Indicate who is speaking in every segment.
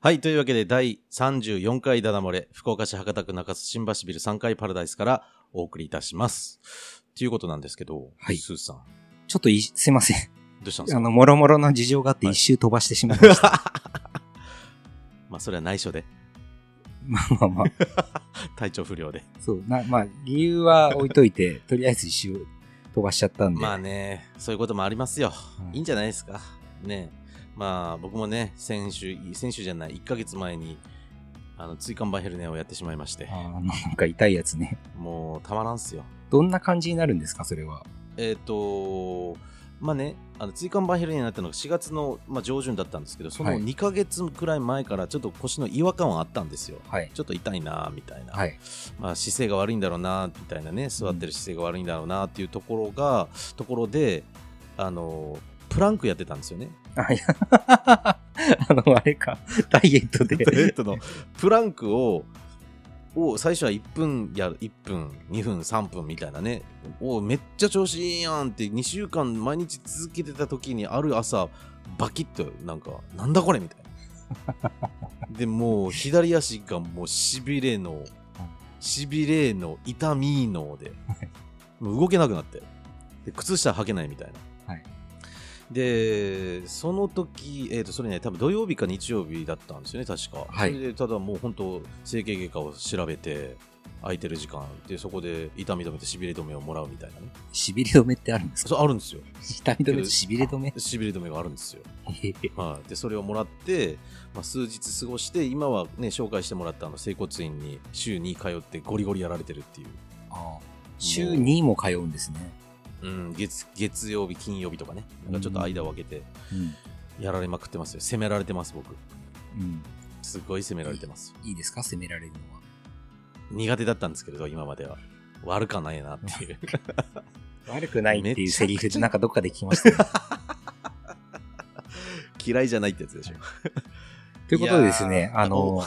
Speaker 1: はい。というわけで、第34回ダダ漏れ、福岡市博多区中洲新橋ビル3階パラダイスからお送りいたします。ということなんですけど、
Speaker 2: はい
Speaker 1: スーさん、
Speaker 2: ちょっとい、すいません。
Speaker 1: どうしたんですか
Speaker 2: あの、もろもろの事情があって
Speaker 1: はい
Speaker 2: 一周飛ばしてしまいました。
Speaker 1: まあ、それは内緒で、
Speaker 2: まあまあまあ。
Speaker 1: 体調不良で。
Speaker 2: そう。な、まあ、理由は置いといて、とりあえず一周飛ばしちゃったんで。
Speaker 1: まあね、そういうこともありますよ。
Speaker 2: い
Speaker 1: いいんじゃないですか。ねまあ、僕もね、先週、先週じゃない、1ヶ月前に、あの、椎間板ヘルニアをやってしまいまして
Speaker 2: あ、ーなんか痛いやつね。
Speaker 1: もう、たまらんすよ。
Speaker 2: どんな感じになるんですか、それは。
Speaker 1: えっ、とまあね、あの椎間板ヘルニアになったのが4月の、まあ、上旬だったんですけど、その
Speaker 2: はい
Speaker 1: 2ヶ月くらい前からちょっと腰の違和感はあったんですよ。
Speaker 2: はい。
Speaker 1: ちょっと痛いなあみたいな、
Speaker 2: はい。
Speaker 1: まあ、姿勢が悪いんだろうなみたいなね、座ってる姿勢が悪いんだろうなっていうところが、ところで、あのプランクやってたんですよね。
Speaker 2: あ、いや あの、あれか。ダイエッ トで。
Speaker 1: ダイエットのプランクをを最初は1分やる1分2分3分みたいなねおめっちゃ調子いいやんって2週間毎日続けてた時にある朝バキッとなんかなんだこれみたいなでもう左足がもうしびれのしびれの痛みのでもう動けなくなってで靴下履けないみたいな、
Speaker 2: はい
Speaker 1: でその時、えー、とそれね多分土曜日か日曜日だったんですよね確か、
Speaker 2: はい
Speaker 1: それでただもう本当整形外科を調べて空いてる時間でそこで痛み止めとしびれ止めをもらうみたいなね
Speaker 2: しびれ止めってあるんですか
Speaker 1: そうあるんですよ
Speaker 2: 痛み止めとしびれ止め
Speaker 1: しびれ止めがあるんですよはい、でそれをもらって、まあ、数日過ごして今はね紹介してもらったあの整骨院に週に通ってゴリゴリやられてるっていう、
Speaker 2: あー週2も通うんですね。
Speaker 1: うん、月月曜日金曜日とかねなんかちょっと間を空けて
Speaker 2: うん。
Speaker 1: やられまくってますよ責められてます僕
Speaker 2: うん。
Speaker 1: すごい責められてます
Speaker 2: いいですか責められるのは。
Speaker 1: 苦手だったんですけれど今までは悪かないなっていう
Speaker 2: 悪くないって
Speaker 1: め
Speaker 2: いう
Speaker 1: ちゃくちゃ
Speaker 2: セリフでなんかどっかで聞きましたね。
Speaker 1: 嫌いじゃないってやつでしょ
Speaker 2: ということでですね、あ
Speaker 1: お
Speaker 2: の、
Speaker 1: も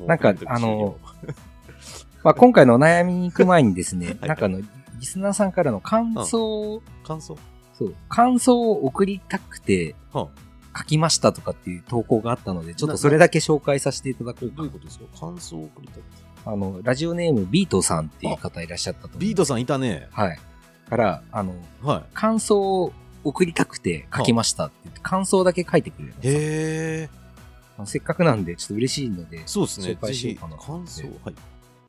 Speaker 1: う
Speaker 2: なんか
Speaker 1: 本当に
Speaker 2: あの まあ、今回のお悩みに行く前にですね、
Speaker 1: はい
Speaker 2: なんかあの、リスナーさんからの感想を、
Speaker 1: 感想
Speaker 2: そう、感想を送りたくて
Speaker 1: は
Speaker 2: 書きましたとかっていう投稿があったので、ちょっとそれだけ紹介させていただこう
Speaker 1: ど
Speaker 2: か
Speaker 1: ういうことですか感想を送りたい
Speaker 2: あの、ラジオネームビートさんっていう方いらっしゃったと思う
Speaker 1: ビートさんいたね
Speaker 2: はい。から、あの、
Speaker 1: は
Speaker 2: 感想を送りたくて書きましたって言って、感想だけ書いてくれるん
Speaker 1: い
Speaker 2: です
Speaker 1: へえ
Speaker 2: あのせっかくなんで、ちょっと嬉しいので、
Speaker 1: そうですね
Speaker 2: 紹介しようかな
Speaker 1: ぜひ感想
Speaker 2: え
Speaker 1: はい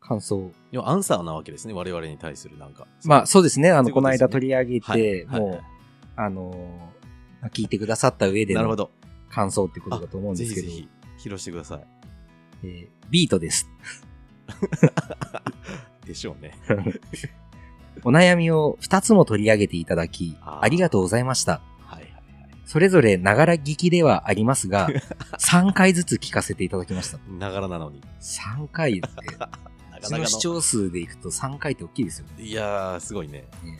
Speaker 2: 感想を
Speaker 1: 要はアンサーなわけですね我々に対するなんか
Speaker 2: まあそうですね、あの、
Speaker 1: というこ
Speaker 2: ことの
Speaker 1: ですね
Speaker 2: 間取り上げて、
Speaker 1: はい
Speaker 2: もう、
Speaker 1: はい
Speaker 2: あのー、聞いてくださった上で
Speaker 1: なるほ
Speaker 2: の
Speaker 1: ど
Speaker 2: 感想ってことだと思うん
Speaker 1: ぜ
Speaker 2: で
Speaker 1: ひ
Speaker 2: す
Speaker 1: ぜ
Speaker 2: けど、
Speaker 1: ひ披露してくだ さい
Speaker 2: えービートです。
Speaker 1: でしょうね
Speaker 2: お悩みを2つも取り上げていただき、
Speaker 1: あー
Speaker 2: ありがとうございました。
Speaker 1: はいはい
Speaker 2: それぞれながら聞きではあります が、3回ずつ聞かせていただきました。
Speaker 1: ながらなのに
Speaker 2: 3回って、
Speaker 1: なか
Speaker 2: うち
Speaker 1: な
Speaker 2: の
Speaker 1: か
Speaker 2: 視
Speaker 1: の
Speaker 2: 聴数でいくと3回って大きいですよね。
Speaker 1: いやーすごいね
Speaker 2: ね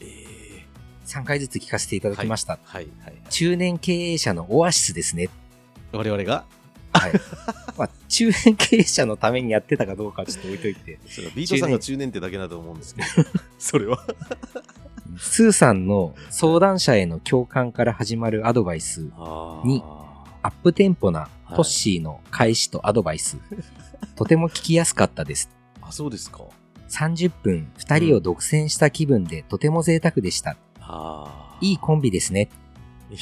Speaker 1: ええ
Speaker 2: 3回ずつ聞かせていただきました。
Speaker 1: はいはいはい
Speaker 2: 中年経営者のオアシスですね。
Speaker 1: 我々が
Speaker 2: はい。まあ、中年経営者のためにやってたかどうかはちょっと置いといて。
Speaker 1: そうビートさんが中年ってだけだと思うんですけど それは
Speaker 2: スーさんの相談者への共感から始まるアドバイス、
Speaker 1: あ
Speaker 2: にアップテンポな
Speaker 1: はい
Speaker 2: トッシーの開始とアドバイス、 とても聞きやすかったです。
Speaker 1: あそうですか
Speaker 2: 30分2人を独占した気分でとても贅沢でした。
Speaker 1: あー
Speaker 2: いいコンビですね。
Speaker 1: いい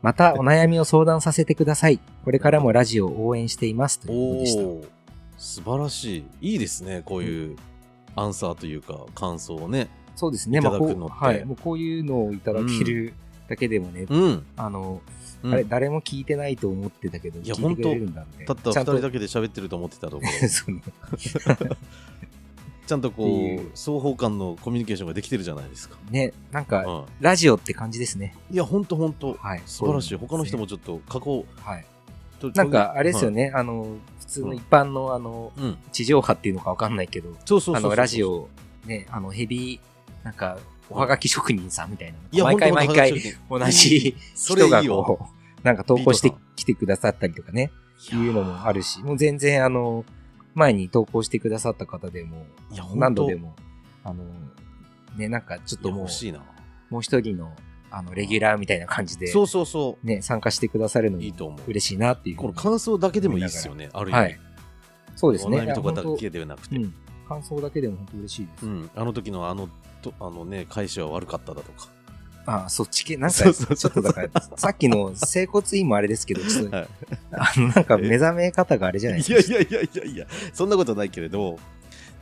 Speaker 2: またお悩みを相談させてください。これからもラジオを応援しています。ということでした。
Speaker 1: おー素晴らしいいいですねこういうアンサーというか感想をね
Speaker 2: そうですね。
Speaker 1: いた
Speaker 2: ま
Speaker 1: だ
Speaker 2: あ、
Speaker 1: く
Speaker 2: こ
Speaker 1: のって
Speaker 2: う、はい。もうこういうのをいただけるだけでもね、
Speaker 1: うん、
Speaker 2: あの、
Speaker 1: うん
Speaker 2: あれ、誰も聞いてないと思ってたけど、
Speaker 1: いや
Speaker 2: 聞いてくれるんだみたい
Speaker 1: た
Speaker 2: な。
Speaker 1: った
Speaker 2: ち
Speaker 1: 2
Speaker 2: ゃんと
Speaker 1: 人だけで喋ってると思ってた ところ
Speaker 2: そうね
Speaker 1: ちゃんとこ
Speaker 2: って
Speaker 1: う
Speaker 2: いう
Speaker 1: 双方間のコミュニケーションができてるじゃないですか、
Speaker 2: ね、なんか、
Speaker 1: うん
Speaker 2: ラジオって感じですね。
Speaker 1: いやほんとほんと
Speaker 2: はい。
Speaker 1: 素晴らしい他の人
Speaker 2: も。
Speaker 1: もちょっと加工
Speaker 2: はい。
Speaker 1: と
Speaker 2: なんか、あれですよ
Speaker 1: ね、
Speaker 2: ね、あの、普通
Speaker 1: う
Speaker 2: の
Speaker 1: ん
Speaker 2: 一般の、あの、
Speaker 1: はいうん
Speaker 2: 地上波っていうのかわかんないけど、
Speaker 1: そうそうそう
Speaker 2: あ
Speaker 1: そう
Speaker 2: の、ラジオ、ね、あの、ヘビー、なんか、おはがき職人さんみたい
Speaker 1: いや
Speaker 2: な。毎回
Speaker 1: ほん
Speaker 2: 毎
Speaker 1: と
Speaker 2: 回、同じ
Speaker 1: それい
Speaker 2: 人が
Speaker 1: いよ
Speaker 2: こう、なんか投稿して
Speaker 1: ビート
Speaker 2: きてくださったりとかね、
Speaker 1: いや
Speaker 2: いうのもあるし、もう全然、あの、前に投稿してくださった方でも、
Speaker 1: いやほんと
Speaker 2: 何度でも、あの、ね、なんかちょっと
Speaker 1: いや
Speaker 2: もう
Speaker 1: 欲、しいな
Speaker 2: もう一人のあの、レギュラーみたいな感じで、
Speaker 1: そうそうそ
Speaker 2: ね、参加してくださるの
Speaker 1: う。いい
Speaker 2: も
Speaker 1: と思う。
Speaker 2: 嬉しいなっていう。
Speaker 1: この感想だけでもいいですよね。ある意味、
Speaker 2: はい。そうですね。
Speaker 1: お悩みとかだ
Speaker 2: いや本
Speaker 1: けではなく
Speaker 2: 当
Speaker 1: て、
Speaker 2: う
Speaker 1: うん、
Speaker 2: ん。感想だけでも本当嬉しい です。
Speaker 1: あの時のあのとあのね会社は悪かっただとか。
Speaker 2: ああ、そっち系、なんか、ち
Speaker 1: そ
Speaker 2: ょ
Speaker 1: うそうそう
Speaker 2: っとだから、 さっきの整骨院もあれですけど、ちょっと
Speaker 1: はい
Speaker 2: あの、なんか目覚め方があれじゃないで
Speaker 1: い
Speaker 2: すか。
Speaker 1: やいやいやいやいや、そんなことないけれど、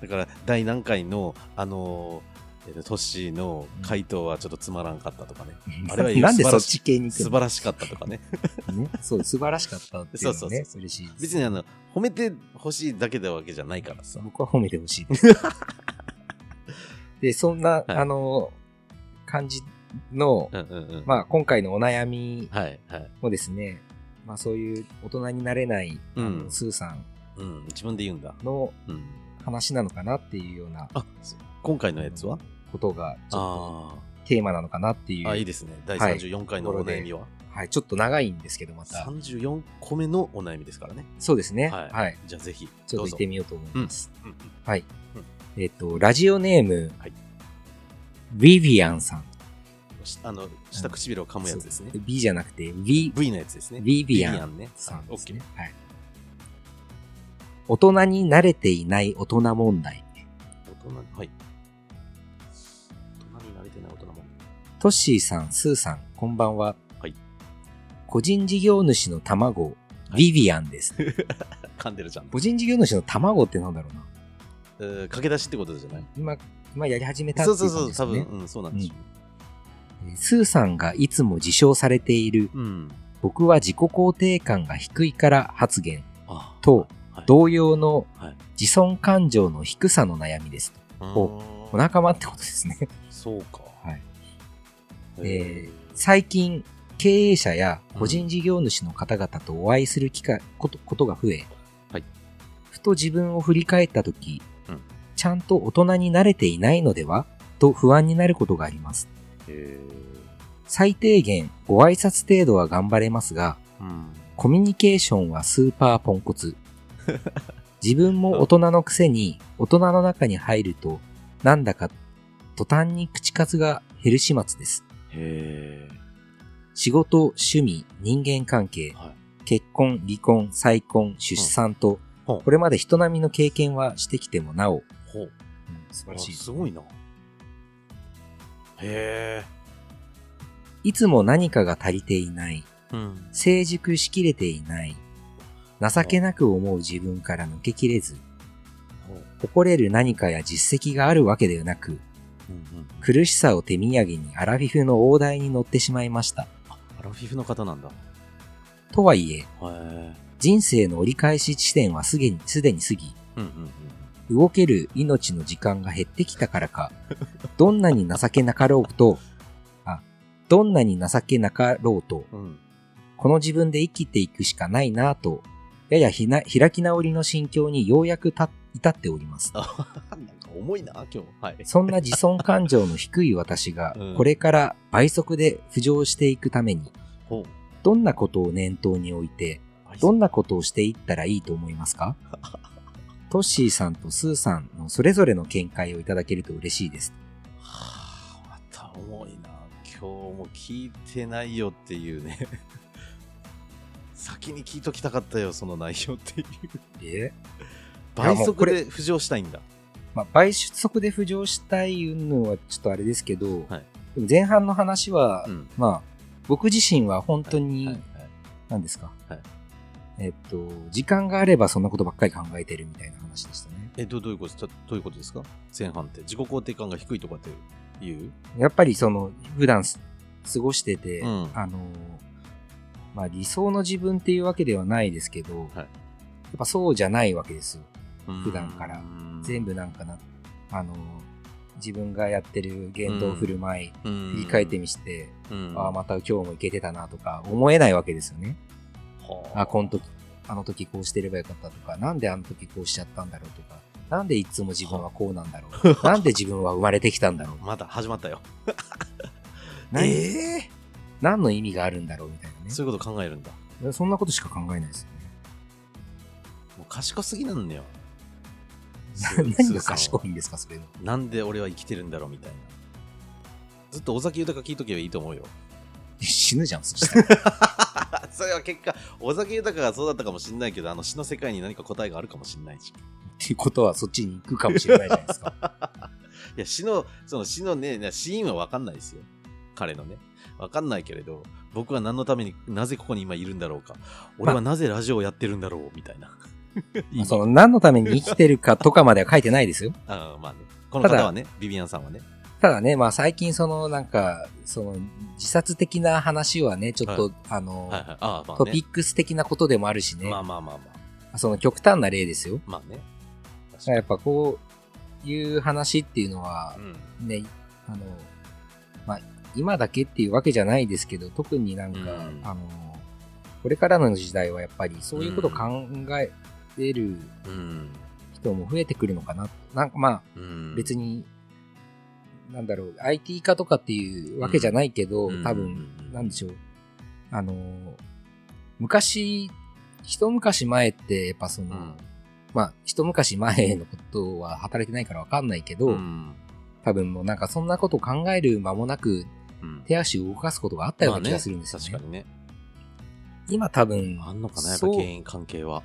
Speaker 1: だから第何回の、あのーえっとトッシーの回答はちょっとつまらんかったとかね、あれはいいよ
Speaker 2: なんでそっち系に行
Speaker 1: 素
Speaker 2: く
Speaker 1: 晴らしかったとかね、
Speaker 2: の、ね、そう、素晴らしかったっていうのはね、
Speaker 1: そう
Speaker 2: 嬉しいです。
Speaker 1: 別にあの褒めてほしいだけなわけじゃないからさ。
Speaker 2: 僕は褒めて ほしいです。で、そんな、
Speaker 1: い
Speaker 2: あの、感じの、
Speaker 1: うんうんうん。
Speaker 2: まあ、今回のお悩み
Speaker 1: はいはい。
Speaker 2: もですね、まあ、そういう大人になれない、あの
Speaker 1: うん
Speaker 2: スーさん
Speaker 1: うん、自分で言うんだ。
Speaker 2: の
Speaker 1: うん、
Speaker 2: 話なのかなっていうような
Speaker 1: あそ今回のやつは
Speaker 2: ことが、ちょっ
Speaker 1: あ
Speaker 2: とテーマなのかなってい、
Speaker 1: ーあ、いいうですね。第34回のお悩みは、
Speaker 2: はい、ちょっと長いんですけど、また、
Speaker 1: 34個目のお悩みですからね。
Speaker 2: そうですね、
Speaker 1: はい
Speaker 2: はい、
Speaker 1: じゃあぜひ、
Speaker 2: ち
Speaker 1: ど
Speaker 2: ょっ
Speaker 1: う
Speaker 2: と行
Speaker 1: ぞ
Speaker 2: っ。てみようと思います。
Speaker 1: うん
Speaker 2: はい。
Speaker 1: うん
Speaker 2: えっ、と、ラジオネーム、
Speaker 1: はい
Speaker 2: ヴィビアンさん。
Speaker 1: あの下唇を噛むやつですね
Speaker 2: そ。う B じゃなくて、ヴィ、
Speaker 1: V のやつですね。
Speaker 2: ヴィビアン
Speaker 1: ンね。
Speaker 2: さんですね
Speaker 1: OK。。
Speaker 2: はい。大人に慣れていない大人問題。
Speaker 1: 大人はい。大人になれてない大人も。
Speaker 2: トッシーさん、スーさん、こんばんは。
Speaker 1: はい
Speaker 2: 個人事業主の卵、
Speaker 1: は
Speaker 2: ヴィビアンです。
Speaker 1: 噛んでるじゃん。
Speaker 2: 個人事業主の卵ってなんだろうな。
Speaker 1: えー駆け出しってことじゃない
Speaker 2: 今、今やり始めたって
Speaker 1: そ
Speaker 2: いうう感
Speaker 1: そう
Speaker 2: じ
Speaker 1: そ
Speaker 2: で
Speaker 1: う、
Speaker 2: す
Speaker 1: 多
Speaker 2: ね
Speaker 1: 分、。うん、そうなんでしょ
Speaker 2: えースーさんがいつも自称されている、
Speaker 1: う。うん。
Speaker 2: 僕は自己肯定感が低いから発言。
Speaker 1: あー
Speaker 2: と、
Speaker 1: はい
Speaker 2: 同様の
Speaker 1: はい
Speaker 2: 自尊感情の低さの悩みです。
Speaker 1: うーん
Speaker 2: お仲間ってことですね。
Speaker 1: そうか。
Speaker 2: はい
Speaker 1: えー
Speaker 2: えー最近、経営者や個人事業主の方々とお会いする機会、ことことが増え、
Speaker 1: はい
Speaker 2: ふと自分を振り返ったとき、
Speaker 1: うん
Speaker 2: ちゃんと大人に慣れていないのではと不安になることがあります。
Speaker 1: え
Speaker 2: 最低限、ご挨拶程度は頑張れますが、
Speaker 1: ーうん。
Speaker 2: コミュニケーションはスーパーポン コツ。自分も大人のくせに大人の中に入るとなんだか途端に口数が減る始末です。
Speaker 1: へ
Speaker 2: 仕事、趣味、人間関係、
Speaker 1: は
Speaker 2: 結婚、離婚、再婚、出産と、
Speaker 1: うんうん
Speaker 2: これまで人並みの経験はしてきてもなお、
Speaker 1: え。ほう。
Speaker 2: 素
Speaker 1: あすごいな。へえ。
Speaker 2: いつも何かが足りていない、
Speaker 1: うん。
Speaker 2: 成熟しきれていない、情けなく思う自分から抜けきれず、
Speaker 1: ほう
Speaker 2: 誇れる何かや実績があるわけではなく、
Speaker 1: うんうん。
Speaker 2: 苦しさを手土産にアラフィフの大台に乗ってしまいました。
Speaker 1: アラフィフの方なんだ。へ
Speaker 2: とはいえ、
Speaker 1: え。うん
Speaker 2: 人生の折り返し地点はすでにすでに過ぎ、
Speaker 1: うんうん。
Speaker 2: 動ける命の時間が減ってきたからか、 どんなに情けなかろうと、あ、どんなに情けなかろうと、
Speaker 1: うん。
Speaker 2: この自分で生きていくしかないなぁと、ややひな開き直りの心境にようやくた至っております。
Speaker 1: あなんか重いな、今日。はい。
Speaker 2: そんな自尊感情の低い私 が
Speaker 1: うん、
Speaker 2: これから倍速で浮上していくために、
Speaker 1: ほう。
Speaker 2: どんなことを念頭に置いて、どんなことをしていったらいいと思いますかトッシーさんとスーさんのそれぞれの見解をいただけると嬉しいです。
Speaker 1: はあ、また重いな。今日も聞いてないよっていうね。 先に聞いときたかったよ、その内容 っていう。
Speaker 2: え
Speaker 1: 倍
Speaker 2: もう
Speaker 1: 速
Speaker 2: これ
Speaker 1: で浮上したいんだ。
Speaker 2: まあ、倍速で浮上したいのはちょっとあれですけど、
Speaker 1: はい
Speaker 2: でも前半の話は、
Speaker 1: ん。
Speaker 2: まあ、僕自身は本
Speaker 1: 本
Speaker 2: 当に、
Speaker 1: はい
Speaker 2: 何ですか、
Speaker 1: はい
Speaker 2: えっと、時間があればそんなことばっかり考えてるみたいな話でしたね。
Speaker 1: えど、どういうことどういうことですか前半って。自己肯定感が低いとかっていう
Speaker 2: やっぱりその、普段す過ごしてて、
Speaker 1: うん
Speaker 2: あのー、まあ理想の自分っていうわけではないですけど、やっぱそうじゃないわけですよ。普段から全
Speaker 1: 部
Speaker 2: 部なんかな、あのー、自分がやってる言動振る舞い、振
Speaker 1: 振
Speaker 2: り返ってみして、
Speaker 1: うん
Speaker 2: ああ、また今日もいけてたなとか思えないわけですよね。
Speaker 1: は
Speaker 2: あ、この時、あの時こうしてればよかったとか、なんであの時こうしちゃったんだろうとか、なんでいつも自分はこうなんだろ う、なんで自分は生まれてきたんだろう、
Speaker 1: また始まったよ。
Speaker 2: 何
Speaker 1: え
Speaker 2: 何の意味があるんだろうみたいなね。
Speaker 1: そういうこと考えるんだ。
Speaker 2: そんなことしか考えないですよね。
Speaker 1: もう賢すぎなんだよ。
Speaker 2: 何が賢いんですか、それの。
Speaker 1: なんで俺は生きてるんだろうみたいな。ずっと尾崎豊聞いとけばいいと思うよ。
Speaker 2: 死ぬじゃん、そした ら。
Speaker 1: それは結果、尾崎豊がそうだったかもしんないけど、あの詩の世界に何か答えがあるかもしんないし。
Speaker 2: っていうことは、そっちに行くかもしれないじゃないです か。
Speaker 1: いや、詩の、その詩のね、な詩音はわかんないですよ。彼のね。わかんないけれど、僕は何のために、なぜここに今いるんだろうか。俺はなぜラジオをやってるんだろう、みたい な。
Speaker 2: まあその、何のために生きてるかとかまでは書いてないですよ。
Speaker 1: あーまあね。この方はね、ビビアンさんはね。
Speaker 2: ただね、まあ最近そのなんか、その自殺的な話はね、ちょっと、あの、
Speaker 1: はいはい。ああ、まあ
Speaker 2: ト
Speaker 1: ね。
Speaker 2: ピックス的なことでもあるしね、
Speaker 1: まあまあまあま
Speaker 2: その極端な例ですよ。
Speaker 1: あ。まあね。確かに
Speaker 2: やっぱこういう話っていうのは
Speaker 1: うん。
Speaker 2: ね、あの、まあ今だけっていうわけじゃないですけど、特になんか、
Speaker 1: うん
Speaker 2: あの、これからの時代はやっぱりそういうことを考えてる
Speaker 1: うん。
Speaker 2: 人も増えてくるのかな。なんかまあ、
Speaker 1: うん。
Speaker 2: 別に、なんだろう、IT 化とかっていうわけじゃないけど、
Speaker 1: うん
Speaker 2: 多分、なんでしょう。あのー、昔、一昔前って、やっぱその、
Speaker 1: うん。
Speaker 2: まあ、一昔前のことは働いてないからわかんないけど、
Speaker 1: うん。
Speaker 2: 多分もうなんかそんなことを考える間もなく、
Speaker 1: うん
Speaker 2: 手足を動かすことがあったような気がするんですよね。
Speaker 1: 確かにね。
Speaker 2: 今多分、
Speaker 1: あんのかな、やっぱ
Speaker 2: そう
Speaker 1: 原因関係は。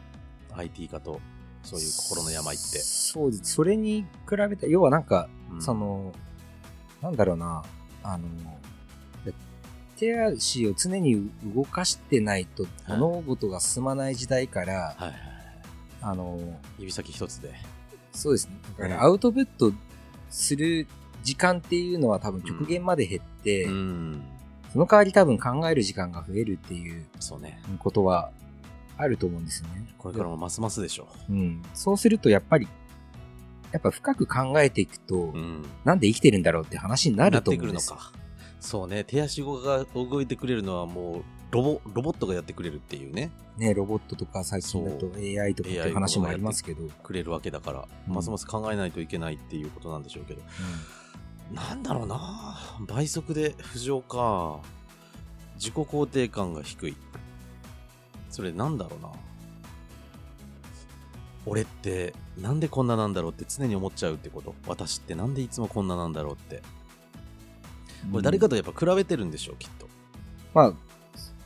Speaker 1: IT 化と、そういう心の病って。
Speaker 2: そうです。それに比べて、要はなんか、
Speaker 1: うん
Speaker 2: その、なんだろうな、あの、手足を常に動かしてないと
Speaker 1: はい
Speaker 2: 物事が進まない時代から、
Speaker 1: はいはいはい。
Speaker 2: あの、
Speaker 1: 指先一つで。
Speaker 2: そうですね。だか
Speaker 1: う
Speaker 2: ら
Speaker 1: ん
Speaker 2: アウトプットする時間っていうのは多分極限まで減って、
Speaker 1: うん。
Speaker 2: その代わり多分考える時間が増えるっていう
Speaker 1: そうね。
Speaker 2: ことはあると思うんですよね。
Speaker 1: これからもますますでしょ
Speaker 2: うん。そうするとやっぱり、やっぱ深く考えていくと、
Speaker 1: う。うん。
Speaker 2: なんで生きてるんだろうって話になると思うんです
Speaker 1: なっ
Speaker 2: よ
Speaker 1: てくるのか。そうね。手足が動いてくれるのはもう、ロボ、ロボットがやってくれるっていうね。
Speaker 2: ね、ロボットとか最近だと AI とかっていう話もありますけど、
Speaker 1: くれるわけだから、
Speaker 2: うん
Speaker 1: ますます考えないといけないっていうことなんでしょうけど。なんだろうな倍速で浮上か。自己肯定感が低い。それなんだろうな俺ってなんでこんななんだろうって常に思っちゃうってこと。私ってなんでいつもこんななんだろうって。
Speaker 2: うん
Speaker 1: これ誰かとやっぱ比べてるんでしょう、きっと。
Speaker 2: まあ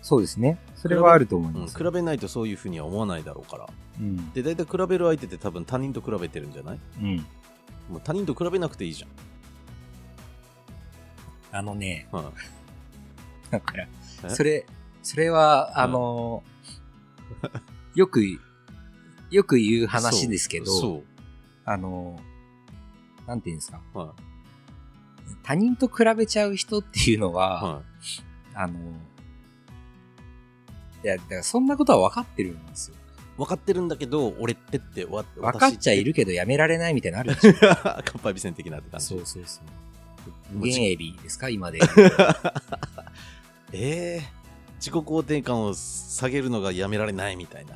Speaker 2: そうですねそれはあると思い
Speaker 1: うん、
Speaker 2: ます、
Speaker 1: 比べないとそういうふうには思わないだろうから。
Speaker 2: うん
Speaker 1: で、大体比べる相手って多分他人と比べてるんじゃない
Speaker 2: うん
Speaker 1: もう他人と比べなくていいじ
Speaker 2: あのね
Speaker 1: ゃん。うん、
Speaker 2: だから
Speaker 1: え
Speaker 2: それそれはあの、よくよく言う話ですけど
Speaker 1: そう。
Speaker 2: あのなんていうんですか
Speaker 1: そうは
Speaker 2: 他人と比べちゃう人っていうの
Speaker 1: い。
Speaker 2: は、
Speaker 1: は
Speaker 2: あのいやだからそんなことは分かってるんですよ
Speaker 1: い。分かってるんだけど、俺ってって、わ
Speaker 2: 分かっちゃいる。けどやめられないみたいなのあるでしょ
Speaker 1: 私って かっぱえびせん的なって感じ。
Speaker 2: そうそうそう。
Speaker 1: もう
Speaker 2: 現
Speaker 1: じ
Speaker 2: エビですか今で。
Speaker 1: えー、自己肯定感を下げるのがやめられないみたいな。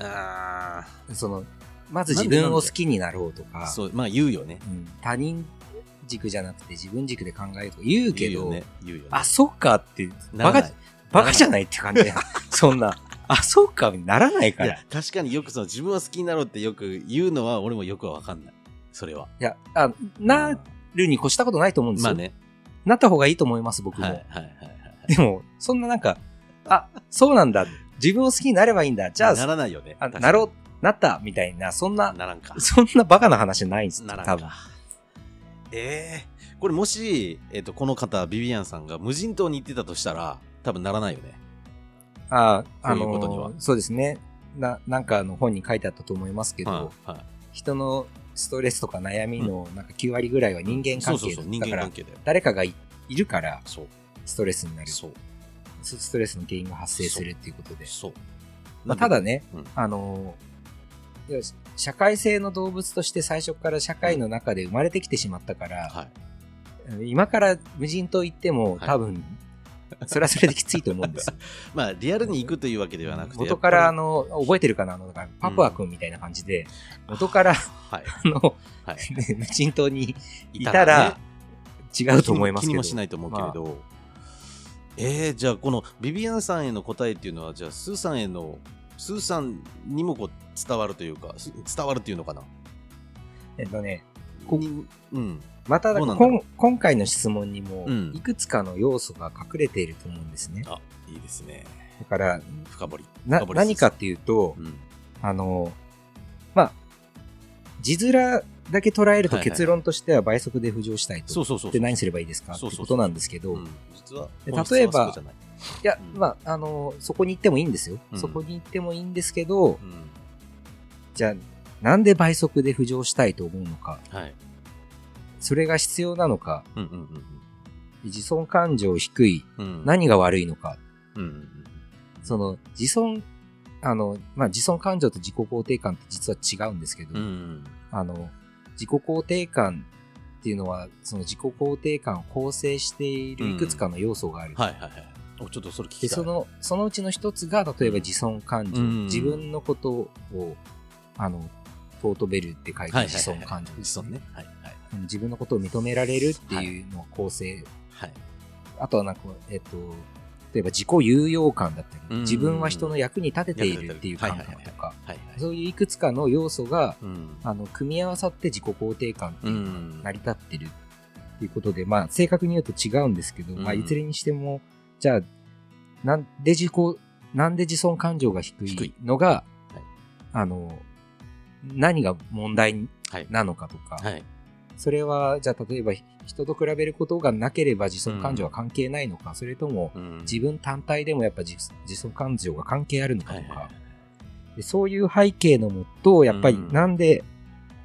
Speaker 1: あ
Speaker 2: その、まず自分を好きになろうと
Speaker 1: あ、
Speaker 2: か、
Speaker 1: そう、まあ言うよね。
Speaker 2: うん他人軸じゃなくて自分軸で考えるとか言うけ
Speaker 1: 言うよ
Speaker 2: ど、
Speaker 1: ね。言うよね。
Speaker 2: あ、そっかって、
Speaker 1: な
Speaker 2: バ
Speaker 1: らない
Speaker 2: カ、バカじゃないって感じだよ そんな、あ、そっかにならないか
Speaker 1: い
Speaker 2: ら。い
Speaker 1: や、確かによくその自分は好きになろうってよく言うのは俺もよくは分かんない。それは。
Speaker 2: や、あなるに越したことないと思うんです
Speaker 1: ま
Speaker 2: よ。
Speaker 1: あね。
Speaker 2: なった方がいいと思います、僕も。
Speaker 1: はいはいはいはい。
Speaker 2: でも、そんななんか、あ、そうなんだ。自分を好きになればいいんだ。じゃ
Speaker 1: な
Speaker 2: あ、
Speaker 1: らないよね。
Speaker 2: あ
Speaker 1: 確かに
Speaker 2: なろう、なった、みたいな、そんな、
Speaker 1: ならんか。
Speaker 2: そんなバカな話ないんですよ
Speaker 1: ならん
Speaker 2: 多分
Speaker 1: か。。ええこれもし、えっとこの方、ビビアンさんが無人島に行ってたとしたら、多分ならないよね。
Speaker 2: ああ、
Speaker 1: そう
Speaker 2: あ
Speaker 1: いう
Speaker 2: の
Speaker 1: ことには
Speaker 2: そうですね。な、なんかあの本に書いてあったと思いますけど、
Speaker 1: はいはい
Speaker 2: 人のストレスとか悩みのなんか9割ぐらいは人間関
Speaker 1: そう
Speaker 2: 係
Speaker 1: そうそう、人
Speaker 2: だか
Speaker 1: 間
Speaker 2: ら
Speaker 1: 関、係だよ。
Speaker 2: 誰かがいいるから
Speaker 1: そう、
Speaker 2: ストレスになる。
Speaker 1: そう、
Speaker 2: そストレスの原因が発生するっていうことで。
Speaker 1: そう。
Speaker 2: まあ、ただね、
Speaker 1: うん
Speaker 2: あの、要は社会性の動物として最初から社会の中で生まれてきてしまったから、
Speaker 1: はい。
Speaker 2: 今から無人島行っても
Speaker 1: はい
Speaker 2: 多分、それはそれできついと思うんですよ。
Speaker 1: まあ、リアルに行くというわ けではなくて。
Speaker 2: 元から
Speaker 1: や
Speaker 2: あ
Speaker 1: っ
Speaker 2: の覚えてるかなあのだからパプア君みたいな感じで、元からあ
Speaker 1: ぱり、はい。
Speaker 2: の、
Speaker 1: はい
Speaker 2: ね無人島に
Speaker 1: ね
Speaker 2: いたら違うと思います
Speaker 1: 気
Speaker 2: け
Speaker 1: に
Speaker 2: ど
Speaker 1: もしないと思うけれど、えー、じゃあこのビビアンさんへの答えっていうのはじゃあスーさんへのスーさんにもこう伝わるというかす伝わるっていうのかな
Speaker 2: えっとねこ
Speaker 1: にうん
Speaker 2: また
Speaker 1: どうなんだ
Speaker 2: こ
Speaker 1: ろ
Speaker 2: ん今回の質問にも
Speaker 1: うん
Speaker 2: いくつかの要素が隠れていると思うんですね、
Speaker 1: あいいですね
Speaker 2: だから
Speaker 1: 深掘り
Speaker 2: な
Speaker 1: 深掘り
Speaker 2: 何かっていうと、
Speaker 1: うん
Speaker 2: あのまあ字面だけ捉えると
Speaker 1: はいはいはい
Speaker 2: 結論としては倍速で浮上したいと、
Speaker 1: そうそうそう
Speaker 2: で何す
Speaker 1: れ
Speaker 2: ればいいですかって
Speaker 1: そうそうそう
Speaker 2: ことなんですけど、
Speaker 1: うん、実は
Speaker 2: で
Speaker 1: 本質は
Speaker 2: 例えば
Speaker 1: そうじゃない
Speaker 2: いや、
Speaker 1: うん
Speaker 2: まあ、あの、そこに行ってもいいんですよ。
Speaker 1: うん
Speaker 2: そこに行ってもいいんですけど、
Speaker 1: うん
Speaker 2: じゃあ、なんで倍速で浮上したいと思うのか、
Speaker 1: はい
Speaker 2: それが必要なのか、
Speaker 1: うんうんうん
Speaker 2: 自尊感情低い、
Speaker 1: うんうん
Speaker 2: 何が悪いのか、
Speaker 1: うんうんうん
Speaker 2: その、自尊、あの、まあ、自尊感情と自己肯定感って実は違うんですけど、
Speaker 1: うんうん
Speaker 2: あの、自己肯定感っていうのは、その自己肯定感を構成しているいくつかの要素がある。
Speaker 1: はいはいはいおちょっとそれ聞きたい
Speaker 2: でそのそのうちの一つが例えば自尊感情、
Speaker 1: うん
Speaker 2: 自分のことをあのポートベルって書いて
Speaker 1: はいはいはい
Speaker 2: 自尊感情で
Speaker 1: 自
Speaker 2: す
Speaker 1: 尊
Speaker 2: ね
Speaker 1: ねはいはい
Speaker 2: うん自分のことを認められるっていうのを構成、
Speaker 1: はい
Speaker 2: あとはなんか、えっと例えば自己有用感だったり、
Speaker 1: うん
Speaker 2: 自分は人の役に立てているっていう感
Speaker 1: 役
Speaker 2: 覚
Speaker 1: に立
Speaker 2: と
Speaker 1: て
Speaker 2: か、
Speaker 1: はいはい
Speaker 2: そういういくつかの要素が
Speaker 1: うん
Speaker 2: あの組み合わさって自己肯定感って
Speaker 1: う
Speaker 2: いうのが
Speaker 1: ん
Speaker 2: 成り立ってるっていうことで、まあ、正確に言うと違うんですけど、
Speaker 1: うん
Speaker 2: まあ、いずれにしても、じゃあ、なんで自己、なんで自尊感情が低
Speaker 1: 低
Speaker 2: い
Speaker 1: い
Speaker 2: のが、
Speaker 1: はい
Speaker 2: あの、何が問題
Speaker 1: はい
Speaker 2: なのかとか、
Speaker 1: はい
Speaker 2: それは、じゃあ、例えば、人と比べることがなければ自尊感情は関係ないのか、それとも、
Speaker 1: うん
Speaker 2: 自分単体でもやっぱ自自尊感情が関係あるのかとか、
Speaker 1: はいはいは
Speaker 2: でそういう背景のもと、やっぱり
Speaker 1: うん
Speaker 2: なんで、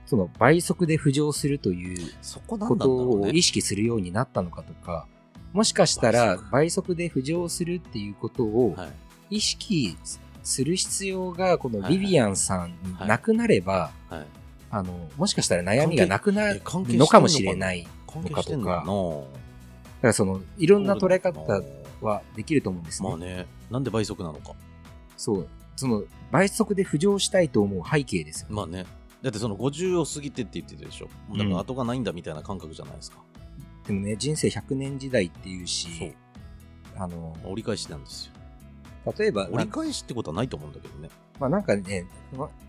Speaker 2: その倍速で浮上するという
Speaker 1: そこなん
Speaker 2: こ
Speaker 1: だろ
Speaker 2: と
Speaker 1: う
Speaker 2: を
Speaker 1: ね
Speaker 2: 意識するようになったのかとか、もしかしたら
Speaker 1: 倍速
Speaker 2: 倍速で浮上するっていうことを
Speaker 1: はい
Speaker 2: 意識する必要が、こ
Speaker 1: は
Speaker 2: の
Speaker 1: いは
Speaker 2: ビ
Speaker 1: い
Speaker 2: ビアンさんに
Speaker 1: はい
Speaker 2: なくなれば、
Speaker 1: はい
Speaker 2: あの、もしかしたら悩みがなくなる
Speaker 1: え関係してん
Speaker 2: のかもしれない。
Speaker 1: 関係してんのかな
Speaker 2: だからその、い
Speaker 1: い
Speaker 2: ろんな捉え方はできると思うんです
Speaker 1: まあ
Speaker 2: ね。
Speaker 1: ねなんで倍速なのか
Speaker 2: そう。その、倍速で浮上したいと思う背景ですよね。
Speaker 1: まあねだってその50を過ぎてって言ってたでしょ
Speaker 2: うん
Speaker 1: だから後がないんだみたいな感覚じゃないですか、
Speaker 2: でもね、人生100年時代っていうし、あの、
Speaker 1: 折り返しなんですよ
Speaker 2: 例えば、
Speaker 1: 折
Speaker 2: な
Speaker 1: り
Speaker 2: んか
Speaker 1: 返しってことはないと思うんだけどね
Speaker 2: まあなんかね、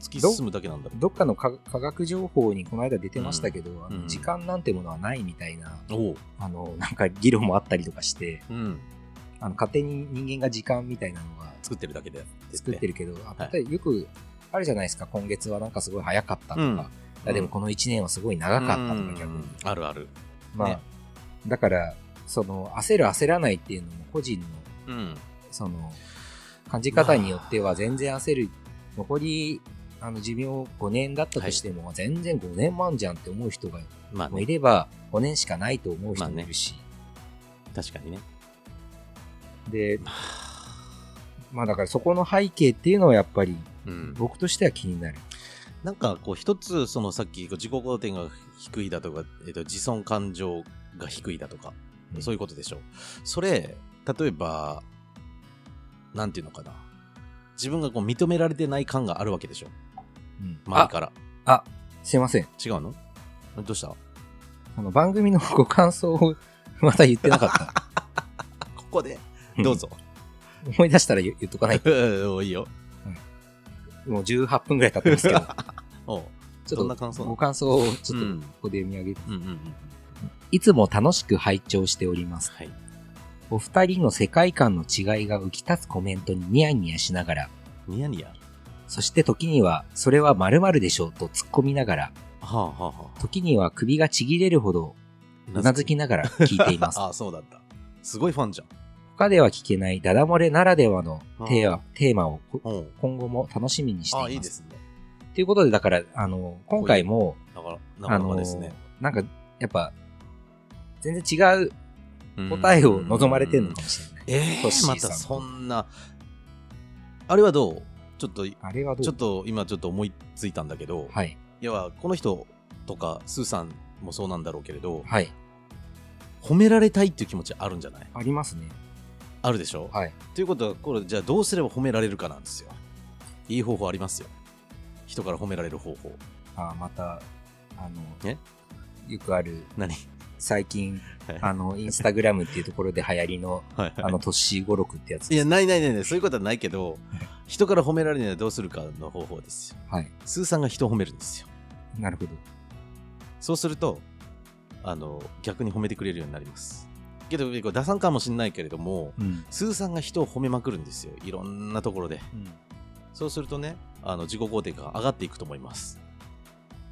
Speaker 1: 突き進むだけなんだけ
Speaker 2: どっかの科科学情報にこの間出てましたけど、あの
Speaker 1: うん
Speaker 2: 時間なんてものはないみたいな、
Speaker 1: どおう
Speaker 2: あの、なんか議論もあったりとかして、
Speaker 1: うん
Speaker 2: あの勝手に人間が時間みたいなのが
Speaker 1: 作ってるだけで
Speaker 2: 作って
Speaker 1: る
Speaker 2: るけど、あ
Speaker 1: はい
Speaker 2: 例えばよくあるじゃないですか、今月はなんかすごい早かったとか、
Speaker 1: うん
Speaker 2: いやでもこの1年はすごい長かったとか逆に。
Speaker 1: あるある
Speaker 2: まあ、
Speaker 1: ね
Speaker 2: だから、その、焦る焦らないっていうのも個人の、
Speaker 1: うん
Speaker 2: その、感じ方によっては全然焦る、残り、あの寿命5年だったとしても、全然5年もあんじゃんって思う人が
Speaker 1: まあ
Speaker 2: もうい
Speaker 1: ね
Speaker 2: れば5年しかないと思う人もいるし、
Speaker 1: 確かにね
Speaker 2: で、まあだからそこの背景っていうのはやっぱり
Speaker 1: うん
Speaker 2: 僕としては気になる。
Speaker 1: なんかこう一つそのさっき自己肯定が低いだとか、えっと自尊感情が低いだとか、
Speaker 2: うん
Speaker 1: そういうことでしょうそれ例えばなんていうのかな自分がこう認められてない感があるわけでしょ
Speaker 2: うん
Speaker 1: 前から
Speaker 2: あ、あすいません。
Speaker 1: 違うのどうした
Speaker 2: あの番組のご感想を また言ってなかった。
Speaker 1: ここで どうぞ
Speaker 2: 思い出したら言言っと かない。
Speaker 1: うんいいよ
Speaker 2: もう18分ぐらい経ってま すけど、ちょ
Speaker 1: おう
Speaker 2: と
Speaker 1: どんな感想
Speaker 2: ご感想をちょっ
Speaker 1: う
Speaker 2: と
Speaker 1: ん
Speaker 2: ここで読み上げて、
Speaker 1: うんうんうん
Speaker 2: いつも楽しく拝聴しております。
Speaker 1: はい
Speaker 2: お二人の世界観の違いが浮き立つコメントにニヤニヤしながら、
Speaker 1: ニヤニヤは
Speaker 2: そして時には、それは〇〇でしょうと突っ込みながら、
Speaker 1: あはあはあ。
Speaker 2: 時には首がちぎれるほどうなずきながら聞いていま す
Speaker 1: あそうだったすごいファンじゃん
Speaker 2: 他では聞けないダダ漏れならではのテーマテーマをこ
Speaker 1: おう
Speaker 2: 今後も楽しみにしていま
Speaker 1: あ
Speaker 2: す。
Speaker 1: いいですね
Speaker 2: ということで、だから、あの、今回も、
Speaker 1: だからな
Speaker 2: あ
Speaker 1: かなか
Speaker 2: の
Speaker 1: ですね、
Speaker 2: なんか、やっぱ、全然違う答えを望まれてるのかもしれない。
Speaker 1: ええ
Speaker 2: トッシーさ
Speaker 1: ま
Speaker 2: んと
Speaker 1: たそんなあれはどうちょっとち
Speaker 2: あれはどう
Speaker 1: ょっと今ちょっと思いついたんだけど、
Speaker 2: はい。
Speaker 1: いやこの人とかスーさんもそうなんだろうけれど
Speaker 2: はい。
Speaker 1: 褒められたいっていう気持ちあるんじゃない
Speaker 2: ありますね。
Speaker 1: あるでしょ、
Speaker 2: はい。
Speaker 1: ということはこれじゃあどうすれば褒められるかなんですよいい方法ありますよ人から褒められる方法
Speaker 2: あまた、あの、
Speaker 1: え
Speaker 2: よくある、
Speaker 1: 何
Speaker 2: 最近
Speaker 1: はい、
Speaker 2: あの、インスタグラムっていうところで流行りの、
Speaker 1: はい
Speaker 2: あの、トッシー語録ってやつ
Speaker 1: いやないないないないそういうことはないけど人から褒められるにはどうするかの方法ですよ
Speaker 2: はい。
Speaker 1: スーさんが人を褒めるんですよ
Speaker 2: なるほど。
Speaker 1: そうすると、あの逆に褒めてくれるようになりますけどこれ打算かもしれないけれども
Speaker 2: うん。
Speaker 1: スーさんが人を褒めまくるんですよいろんなところで
Speaker 2: うん
Speaker 1: そうするとねあの自己肯定感上がっていくと思います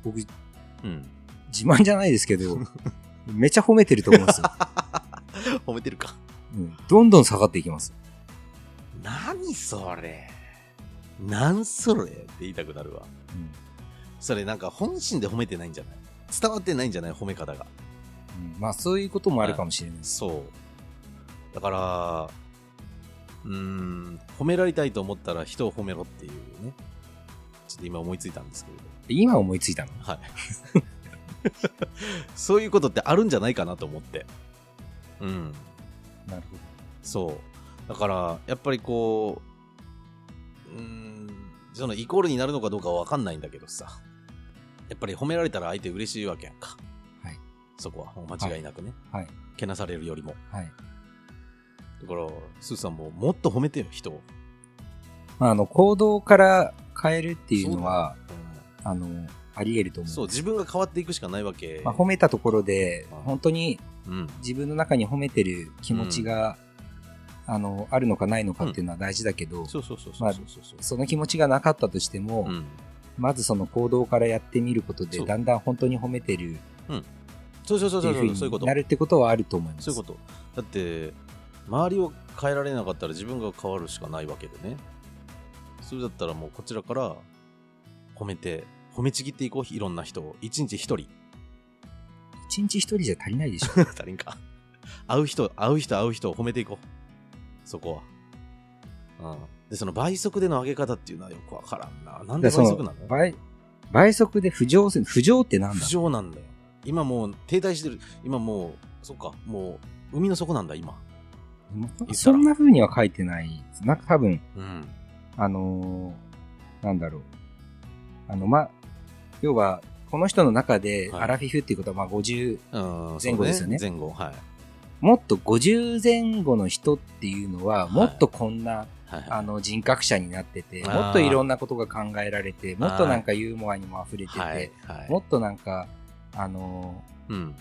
Speaker 2: 僕、
Speaker 1: うん
Speaker 2: 自慢じゃないですけど、 めちゃ褒めてると思い ますよ、
Speaker 1: 褒めてるか
Speaker 2: うん。どんどん下がっていきます。
Speaker 1: 何それなんそれって言いたくなるわ
Speaker 2: うん
Speaker 1: それなんか本心で褒めてないんじゃない伝わってないんじゃない褒め方が
Speaker 2: うんまあ、そういうこともあるかもしれないです。
Speaker 1: そうだからうーん褒められたいと思ったら人を褒めろっていうねちょっと今思いついたんですけれど
Speaker 2: 今思いついたの
Speaker 1: はいそういうことってあるんじゃないかなと思ってうん
Speaker 2: なるほど。
Speaker 1: そうだからやっぱりこううーんそのイコールになるのかどうかは分かんないんだけどさやっぱり褒められたら相手嬉しいわけやんか
Speaker 2: はい
Speaker 1: そこはもう間違いなくね、
Speaker 2: はい。
Speaker 1: けなされるよりも
Speaker 2: はい。
Speaker 1: だからスーさんももっと褒めてよ人を、
Speaker 2: まあ、あの、行動から変えるっていうのは、あの、あり得ると
Speaker 1: そ
Speaker 2: 思
Speaker 1: う
Speaker 2: う。
Speaker 1: 自分が変わっていくしかないわけ、
Speaker 2: まあ、褒めたところで、本当に
Speaker 1: うん
Speaker 2: 自分の中に褒めてる気持ちが、あの、あるのかないのかっていうのは大事だけど、
Speaker 1: そうそうそうそ
Speaker 2: ま
Speaker 1: う
Speaker 2: あ
Speaker 1: そうそうそう
Speaker 2: その気持ちがなかったとしても、
Speaker 1: うん
Speaker 2: まずその行動からやってみることで、
Speaker 1: そう
Speaker 2: だんだん本当に褒めてる
Speaker 1: そうそうそう
Speaker 2: って
Speaker 1: そ
Speaker 2: いう
Speaker 1: そう
Speaker 2: うふう
Speaker 1: そういうこ
Speaker 2: に
Speaker 1: と
Speaker 2: なるってことはあると思います。
Speaker 1: そういうことだって周りを変えられなかったら自分が変わるしかないわけでねそれだったらもうこちらから褒めて褒めちぎっていこういろんな人を一日一人
Speaker 2: 一日一人じゃ足りないで しょ。
Speaker 1: 足りんか会う人会う人会う人を褒めていこうそこは、うん、でその倍速での上げ方っていうのはよくわからんななんで
Speaker 2: だから
Speaker 1: 倍
Speaker 2: そ
Speaker 1: 速な
Speaker 2: の
Speaker 1: の
Speaker 2: 倍倍速で浮上せ浮上ってなんだ
Speaker 1: 不上なんだよ今もう停滞してる今もうそっかもう海の底なんだ今ら
Speaker 2: そんな風には書いてない。なんか多分、
Speaker 1: うん
Speaker 2: あのーなんだろう。あの、ま、要は、この人の中で、
Speaker 1: はい
Speaker 2: アラフィフっていうことは、まあ、50、
Speaker 1: うん
Speaker 2: 前後ですよね
Speaker 1: そう前後はい
Speaker 2: もっと50前後の人っていうのは、
Speaker 1: はい
Speaker 2: もっとこんな、
Speaker 1: はいはい
Speaker 2: あの、人格者になってて、
Speaker 1: あ
Speaker 2: も
Speaker 1: ー
Speaker 2: っといろんなことが考えられて、もっとなんかユーモアにも溢れてて、
Speaker 1: はいはい、
Speaker 2: もっとなんか、あの
Speaker 1: うん
Speaker 2: ー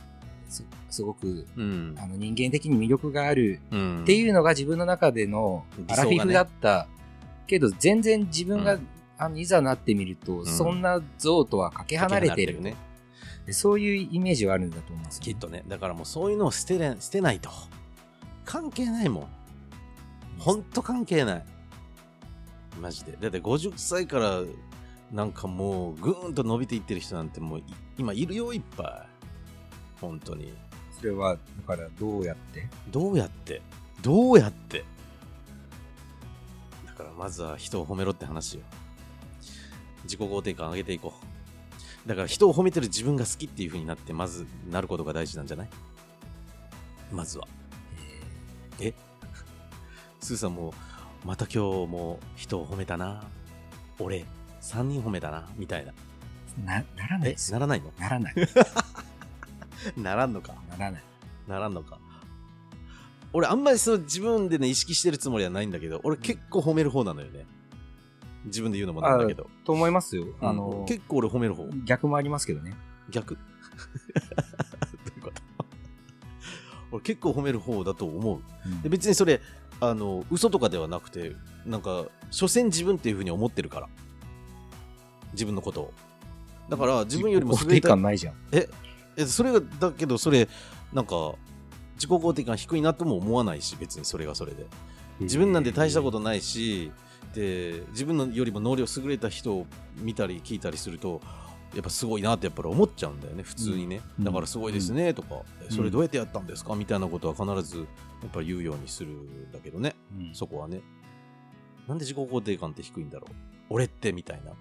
Speaker 2: すすごく、
Speaker 1: うん
Speaker 2: あの人間的に魅力がある
Speaker 1: うん、
Speaker 2: っていうのが自分の中での
Speaker 1: 理想が
Speaker 2: アラ
Speaker 1: ね
Speaker 2: フィフだったけど全然自分が、
Speaker 1: うん
Speaker 2: あのいざなってみると
Speaker 1: ん
Speaker 2: そんな像とはかけ離れてる
Speaker 1: かけ離ね
Speaker 2: でそういうイメージはあるんだと思います、
Speaker 1: きっとねだからもうそういうのを捨てれ捨てないと関係ないもんほんと関係ないマジでだって50歳からなんかもうぐーんと伸びていってる人なんてもうい今いるよいっぱい本当に
Speaker 2: それはだからどうやって
Speaker 1: どうやってどうやってだからまずは人を褒めろって話よ。自己肯定感上げていこう。だから人を褒めてる自分が好きっていう風になって、まずなることが大事なんじゃないまずは。えスーさんも、また今日も人を褒めたな。俺、3人褒めたな。みたいな。
Speaker 2: なならない
Speaker 1: え
Speaker 2: ですよ
Speaker 1: ならないの
Speaker 2: ならない
Speaker 1: ならんのか。
Speaker 2: ならない
Speaker 1: ならんのか。俺、あんまりその自分でね、意識してるつもりはないんだけど、俺結構褒める方なのよね。自分で言うのもなんだけど。
Speaker 2: と思いますよあ
Speaker 1: うん
Speaker 2: の、
Speaker 1: 結構俺褒める方。
Speaker 2: 逆もありますけどね
Speaker 1: 逆 どういうこと俺結構褒める方だと思う。
Speaker 2: うん
Speaker 1: で別にそれ、あの、嘘とかではなくて、なんか、所詮自分っていうふうに思ってるから。自分のことを。だから、自分よりも
Speaker 2: 肯
Speaker 1: 優れ
Speaker 2: 定
Speaker 1: た
Speaker 2: 感ないじゃん
Speaker 1: えそれがだけどそれなんか自己肯定感低いなとも思わないし別にそれがそれで自分なんて大したことないしで自分のよりも能力優れた人を見たり聞いたりするとやっぱすごいなってやっぱり思っちゃうんだよね普通にね、
Speaker 2: うん
Speaker 1: だからすごいですねとか、
Speaker 2: うん
Speaker 1: それどうやってやったんですかみたいなことは必ずやっぱり言うようにするんだけどね
Speaker 2: うん
Speaker 1: そこはねなんで自己肯定感って低いんだろう俺ってみたいな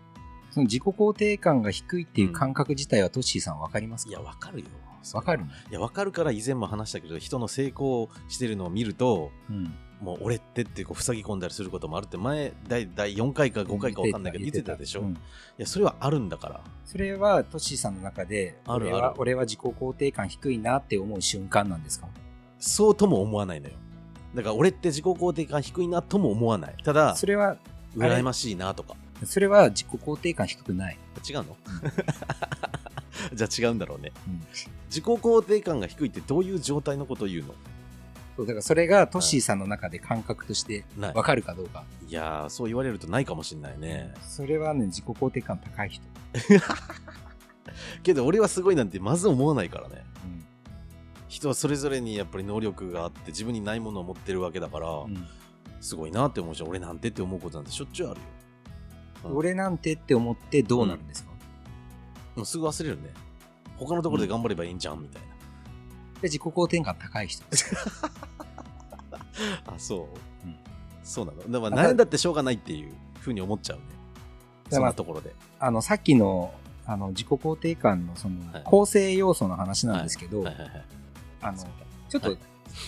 Speaker 2: その自己肯定感が低いっていう感覚自体はトッシーさんわかります
Speaker 1: い
Speaker 2: か
Speaker 1: やわかるよ
Speaker 2: わかるの、
Speaker 1: いや分かるから以前も話したけど人の成功してるのを見ると
Speaker 2: うん
Speaker 1: もう俺ってってこう塞ぎ込んだりすることもあるって前第第4回か5回か分かんないけど言ってたでしょ、
Speaker 2: うん
Speaker 1: いやそれはあるんだから
Speaker 2: それはトッシーさんの中で
Speaker 1: ある
Speaker 2: 俺
Speaker 1: あ
Speaker 2: は
Speaker 1: る
Speaker 2: 俺は自己肯定感低いなって思う瞬間なんですか
Speaker 1: そうとも思わないのよだから俺って自己肯定感低いなとも思わないただ
Speaker 2: それは
Speaker 1: 羨ましいなとか
Speaker 2: それは自己肯定感低くない
Speaker 1: 違うのじゃあ違うんだろうね、
Speaker 2: うん
Speaker 1: 自己肯定感が低いってどういう状態のことを言うの
Speaker 2: そうだからそれがトッシーさんの中で感覚として
Speaker 1: ない
Speaker 2: わかるかどうか。
Speaker 1: いやーそう言われるとないかもしんないね
Speaker 2: それはね、自己肯定感高い人。
Speaker 1: けど俺はすごいなんてまず思わないからね
Speaker 2: うん
Speaker 1: 人はそれぞれにやっぱり能力があって自分にないものを持ってるわけだから、
Speaker 2: うん
Speaker 1: すごいなって思うし俺なんてって思うことなんてしょっちゅうあるようん
Speaker 2: 俺なんてって思ってどうなるんですか、
Speaker 1: もうすぐ忘れるね他のところで頑張ればいいんじゃんみたい
Speaker 2: で自己肯定感高い人。
Speaker 1: な、あそう、
Speaker 2: うん
Speaker 1: そうなのだから何だってしょうがないっていうふうに思っちゃうね
Speaker 2: だ
Speaker 1: そん
Speaker 2: から
Speaker 1: なところで
Speaker 2: あの、さっきの、あの、自己肯定感のその
Speaker 1: はい、
Speaker 2: 構成要素の話なんですけど、
Speaker 1: はいはいはい
Speaker 2: あの
Speaker 1: そう、
Speaker 2: ちょっと、
Speaker 1: はい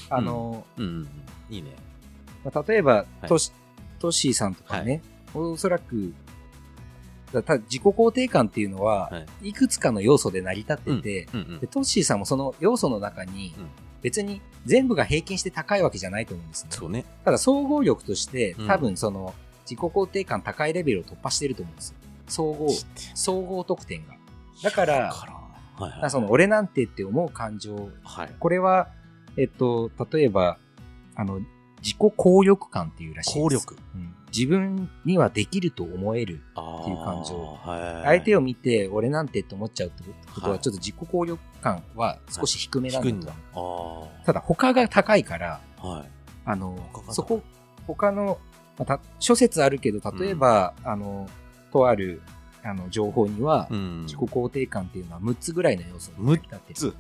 Speaker 2: あの、
Speaker 1: うんうんうんいいね
Speaker 2: まあ、例えば、
Speaker 1: はい
Speaker 2: トシトッシーさんとかね、おそらく、だた自己肯定感っていうのは、、
Speaker 1: はい
Speaker 2: くつかの要素で成り立ってて、
Speaker 1: うんうん
Speaker 2: でトッシーさんもその要素の中に
Speaker 1: うん、
Speaker 2: 別に全部が平均して高いわけじゃないと思うんですね。
Speaker 1: そうね
Speaker 2: ただ総合力として
Speaker 1: うん、
Speaker 2: 多分その自己肯定感高いレベルを突破してると思うんですよ。総合、
Speaker 1: 知ってる
Speaker 2: 総合得点が。だから、
Speaker 1: からはい
Speaker 2: だ
Speaker 1: はい
Speaker 2: からその俺なんてって思う感情、
Speaker 1: はい
Speaker 2: これは、えっと、例えば、あの、自己効力感っていうらしいです。
Speaker 1: 効力
Speaker 2: うん自分にはできると思える。
Speaker 1: っ
Speaker 2: っていう感情
Speaker 1: はい
Speaker 2: 相手
Speaker 1: を
Speaker 2: を見て、俺なんてって思っちゃうってこと
Speaker 1: は
Speaker 2: は、
Speaker 1: い
Speaker 2: ちょっと自己効力感は少し低めなん
Speaker 1: 低いん
Speaker 2: だ
Speaker 1: だ
Speaker 2: と。
Speaker 1: あ
Speaker 2: ただ、他が高いから、
Speaker 1: あはい
Speaker 2: あの
Speaker 1: 他が、高い
Speaker 2: そこ、他の、また、諸説あるけど、例えば、あの、とある、あの、情報には、
Speaker 1: うん
Speaker 2: 自己肯定感っていうのは6つぐらいの要素に立ってる。
Speaker 1: つ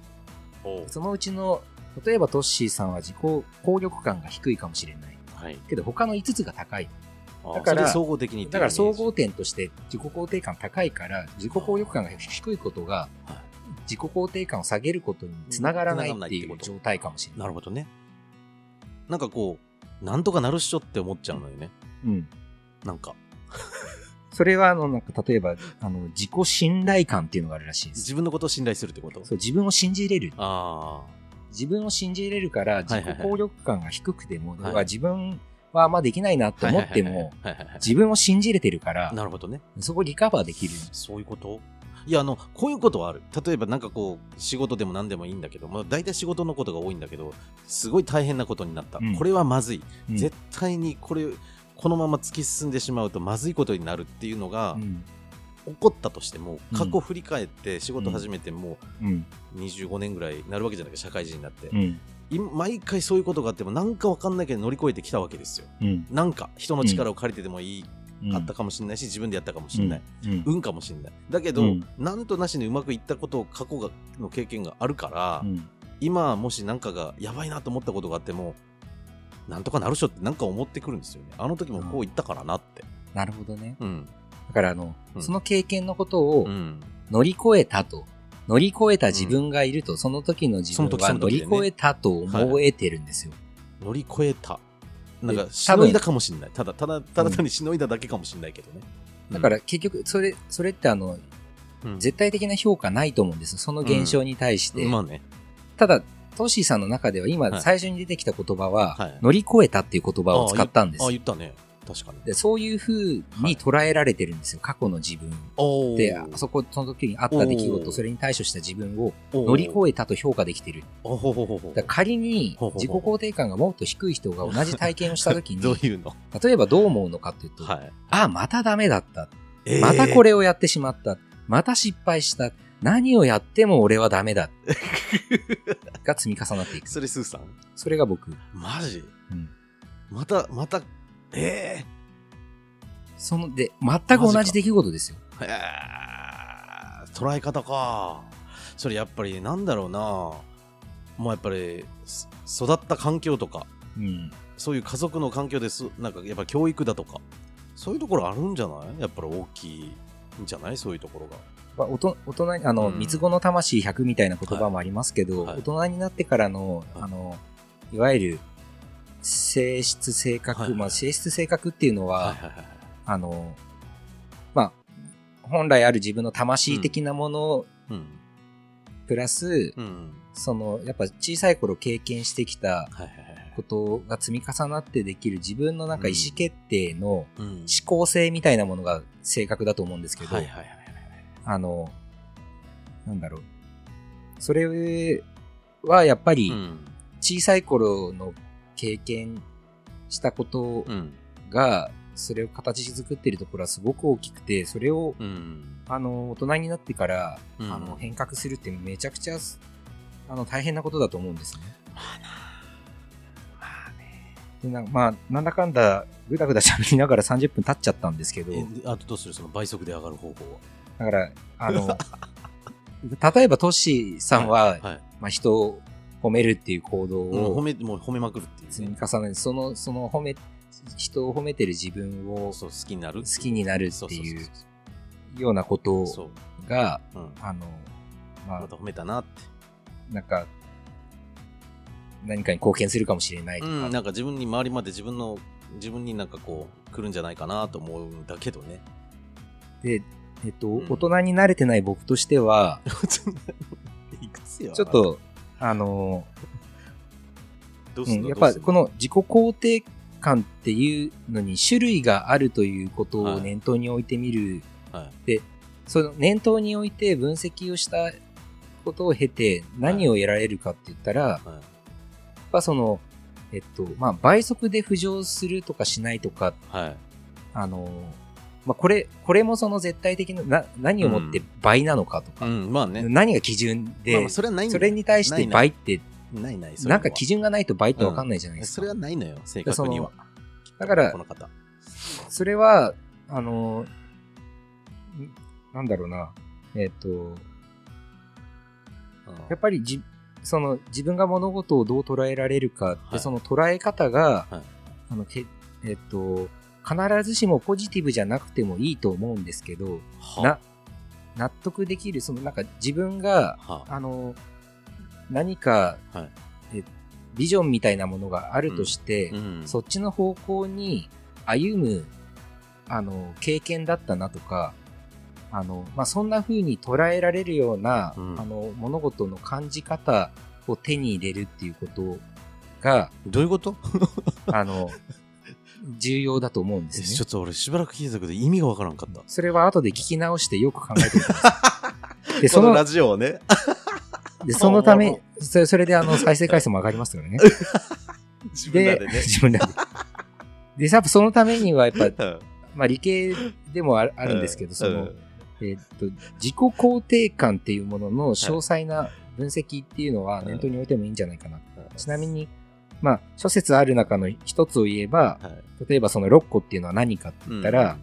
Speaker 1: おう
Speaker 2: そのうちの、例えばトッシーさんは自己効力感が低いかもしれない。
Speaker 1: はい
Speaker 2: けど他の5つが高い。
Speaker 1: あー
Speaker 2: だから
Speaker 1: それで総合的にっていう
Speaker 2: だから総合
Speaker 1: イ
Speaker 2: 点として自己肯定感高いから、自己効力感が低いことが
Speaker 1: はい、
Speaker 2: 自己肯定感を下げることにつながらない
Speaker 1: 繋がら
Speaker 2: っ
Speaker 1: な
Speaker 2: て
Speaker 1: いって
Speaker 2: い
Speaker 1: こ
Speaker 2: う
Speaker 1: と
Speaker 2: 状態かもし
Speaker 1: メージ
Speaker 2: れな。
Speaker 1: ないるほどねなんかこうなんとかなるっしょって思っちゃうのよね
Speaker 2: うん。
Speaker 1: なんか
Speaker 2: それは、あの、なんか例えば、あの、自己信頼感っていうのがあるらしいです。
Speaker 1: 自分のことを信頼するってこと
Speaker 2: そう、自分を信じ入れる。
Speaker 1: あ
Speaker 2: 自分を信じ入れるから、
Speaker 1: はいは
Speaker 2: 自
Speaker 1: いはい
Speaker 2: 己効力感が低くても、
Speaker 1: い
Speaker 2: 要は自分はあんまできないな
Speaker 1: あ
Speaker 2: と思っても、自
Speaker 1: 分
Speaker 2: 分を信じれてるから、
Speaker 1: なるほどね
Speaker 2: そこリカバーできる。
Speaker 1: そういうこといやあのこういうことはある例えばなんかこう仕事でも何でもいいんだけど、まあ、大体仕事のことが多いんだけどすごい大変なことになった、
Speaker 2: うん
Speaker 1: これはまずい、
Speaker 2: うん
Speaker 1: 絶対にこれこのまま突き進んでしまうとまずいことになるっていうのが
Speaker 2: うん
Speaker 1: 起こったとしても、
Speaker 2: うん
Speaker 1: 過去振り返って仕事始めても
Speaker 2: うん。
Speaker 1: う25年ぐらいなるわけじゃないか社会人になって、
Speaker 2: うん。
Speaker 1: 今毎回そういうことがあってもなんかわかんないけど乗り越えてきたわけですよ
Speaker 2: うん。
Speaker 1: なんか人の力を借りてでもいい、
Speaker 2: うん
Speaker 1: あったかもしれないし自分でやったかもしれない、
Speaker 2: うん。
Speaker 1: 運かもしれないだけど、
Speaker 2: うん
Speaker 1: なんとなしにうまくいったことを過去がの経験があるから、
Speaker 2: うん
Speaker 1: 今もし何かがやばいなと思ったことがあってもなんとかなるっしょってなんか思ってくるんですよねあの時もこう言ったからなって
Speaker 2: なるほどね。
Speaker 1: うん
Speaker 2: だから、あの、
Speaker 1: うん
Speaker 2: その経験のこと
Speaker 1: う
Speaker 2: を
Speaker 1: ん
Speaker 2: 乗り越えたと。乗り越えた自分がいると、その時の自分
Speaker 1: その時
Speaker 2: は
Speaker 1: その
Speaker 2: 乗
Speaker 1: 時
Speaker 2: り
Speaker 1: でね
Speaker 2: 越えたと思えてるんですよ。
Speaker 1: 乗り越えたなんか
Speaker 2: で
Speaker 1: しのいだかもしれないただただただ単にしのいだだけかもしれないけどね、
Speaker 2: だから、結局、それ、それってあの、
Speaker 1: うん
Speaker 2: 絶対的な評価ないと思うんです。その現象に対して。
Speaker 1: まあね
Speaker 2: ただ、トッシーさんの中では
Speaker 1: は
Speaker 2: 今
Speaker 1: い
Speaker 2: 最初に出てきた言葉は、
Speaker 1: はい
Speaker 2: 乗り越えたっていう言葉を使ったんです
Speaker 1: ああ。言ったね確かに
Speaker 2: でそういう風に捉えられてるんですよ。過去の自分。
Speaker 1: お
Speaker 2: で、あそこ、その時にあった出来
Speaker 1: おー
Speaker 2: 事、それに対処した自分を乗り
Speaker 1: え
Speaker 2: 越えたと評価できてる。
Speaker 1: ほほほほほ
Speaker 2: だから仮に
Speaker 1: ほうほう
Speaker 2: 自己肯定感がもっと低い人が同じ体験をした 時
Speaker 1: どう
Speaker 2: に、
Speaker 1: いうの
Speaker 2: 例えばどう思うのかっていうと、
Speaker 1: はい
Speaker 2: あ、またダメだった。
Speaker 1: えー
Speaker 2: またこれをやってしまった。また失敗した。何をやっても俺はダメ だ。が積み重なっていく。
Speaker 1: それスーさん
Speaker 2: それが僕。
Speaker 1: マジ
Speaker 2: うん
Speaker 1: またまたえ
Speaker 2: その、で、全く同じ出来事ですよ。
Speaker 1: ー、えー捉え方かそれやっぱりなんだろうなもうやっぱりす育った環境とか
Speaker 2: うん。
Speaker 1: そういう家族の環境ですなんかやっぱ教育だとかそういうところあるんじゃないやっぱり大きいんじゃないそういうところが
Speaker 2: まあ、大人大人にあの、
Speaker 1: うん
Speaker 2: 三つ子の魂100みたいな言葉もありますけど、
Speaker 1: はいはい
Speaker 2: 大人になってからの、
Speaker 1: はい
Speaker 2: あの、いわゆる、性質性格、
Speaker 1: はいはい
Speaker 2: まあ、性質性格っていうの
Speaker 1: は
Speaker 2: は、
Speaker 1: いはい
Speaker 2: あの、まあ、本来ある自分の魂的なものを、
Speaker 1: うん
Speaker 2: プラス、
Speaker 1: うん
Speaker 2: その、やっぱ小さい頃経験してきた
Speaker 1: はいはいはい
Speaker 2: ことが積み重なってできる自分のなんか
Speaker 1: うん
Speaker 2: 意思決定の思
Speaker 1: うん
Speaker 2: 考性みたいなものが性格だと思うんですけど、
Speaker 1: はいはいはい
Speaker 2: あの、なんだろう。それはやっぱ
Speaker 1: う
Speaker 2: り
Speaker 1: ん
Speaker 2: 小さい頃の経験したこと
Speaker 1: うん
Speaker 2: が、それを形作ってるところはすごく大きくて、それを、
Speaker 1: うん
Speaker 2: あの、大人になってから、
Speaker 1: うん
Speaker 2: あの、変革するってめちゃくちゃ、あの、大変なことだと思うんですね。でなんまあ、なんだかんだ、ぐだぐだ喋りながら30分経っちゃったんですけど、
Speaker 1: えあとどうするその倍速で上がる方法は
Speaker 2: だから、あの、例えばトッシーさんは、
Speaker 1: はい
Speaker 2: まあ、人を褒めるっていう行動
Speaker 1: もう褒
Speaker 2: を
Speaker 1: めもう褒めまくるっていう
Speaker 2: 積み
Speaker 1: ね
Speaker 2: 重ね、その、その褒め、人を褒めてる自分を
Speaker 1: そう好きになる
Speaker 2: 好きになるっていう
Speaker 1: そう
Speaker 2: ようなこと
Speaker 1: そうそうそう
Speaker 2: が、
Speaker 1: そううん
Speaker 2: あの、
Speaker 1: ま
Speaker 2: まあ
Speaker 1: た、褒めたなって
Speaker 2: なんか、何かに貢献するかもしれないと
Speaker 1: う
Speaker 2: か、
Speaker 1: んなんか自分に周りまで自分の自分になんかこう来るんじゃないかなと思うんだけどね
Speaker 2: で、えっと、
Speaker 1: うん
Speaker 2: 大人に慣れてない僕としては、
Speaker 1: いくつよ
Speaker 2: ちょっと、あの、
Speaker 1: どう
Speaker 2: う
Speaker 1: すん
Speaker 2: ん、
Speaker 1: の
Speaker 2: やっぱ
Speaker 1: どうすん
Speaker 2: この自己肯定感っていうのに種類があるということを念頭に置いてみる、
Speaker 1: は
Speaker 2: でその念頭に置いて分析をしたことを経て何を得られるかって言ったら、やっ
Speaker 1: はい
Speaker 2: ぱその、えっとまあ、倍速で浮上するとかしないとか、
Speaker 1: はい
Speaker 2: あのまあ、これこれもその絶対的なな何をもって倍なのかとか、
Speaker 1: うんまあね
Speaker 2: 何が基準で、
Speaker 1: まあまあそれはないんだ
Speaker 2: それに対し
Speaker 1: ない
Speaker 2: て
Speaker 1: ない
Speaker 2: 倍って
Speaker 1: ないないそれ
Speaker 2: なん
Speaker 1: は
Speaker 2: か基準がないと倍って分かんないじゃないですか。
Speaker 1: それはないのよ正確には
Speaker 2: だから
Speaker 1: この方
Speaker 2: それは、あの、んなんだろうな、えっ、と、やっぱりじその自分が物事をどう捉えられるかって、
Speaker 1: はい
Speaker 2: その捉え方が、
Speaker 1: はい
Speaker 2: あのけえっ、と、必ずしもポジティブじゃなくてもいいと思うんですけど、
Speaker 1: は
Speaker 2: な納得できる、そのなんか自分が、
Speaker 1: は
Speaker 2: あの、何か、
Speaker 1: はい
Speaker 2: えビジョンみたいなものがあるとして、
Speaker 1: うん
Speaker 2: そっちの方向に歩む、あの、経験だったなとか、あの、まあ、そんな風に捉えられるような、
Speaker 1: うん
Speaker 2: あの、物事の感じ方を手に入れるっていうこと が、
Speaker 1: どういうこと
Speaker 2: あの、重要だと思うん
Speaker 1: え
Speaker 2: で
Speaker 1: ち
Speaker 2: す
Speaker 1: ょ
Speaker 2: ね
Speaker 1: っ。と俺しばらく聞いたけど意味がわからんかった
Speaker 2: それは後で聞き直してよく考えてみてくださ い。で、その、
Speaker 1: ジオをね
Speaker 2: でそのた
Speaker 1: まあ
Speaker 2: め
Speaker 1: ま、
Speaker 2: それそれであの、再生回数も上がりますからね。
Speaker 1: 自
Speaker 2: で、 自分らで。で、やっぱそのためには、やっぱ、
Speaker 1: あ
Speaker 2: まあ、理系でもあ るあるんですけど、その、えーっと、自己肯定感っていうものの詳細な分析っていうのは念頭に置いてもいいんじゃないかな。ちなみに、まあ、諸説ある中の一つを言えば、
Speaker 1: はい
Speaker 2: 例えばその6個っていうのは何かって言ったら、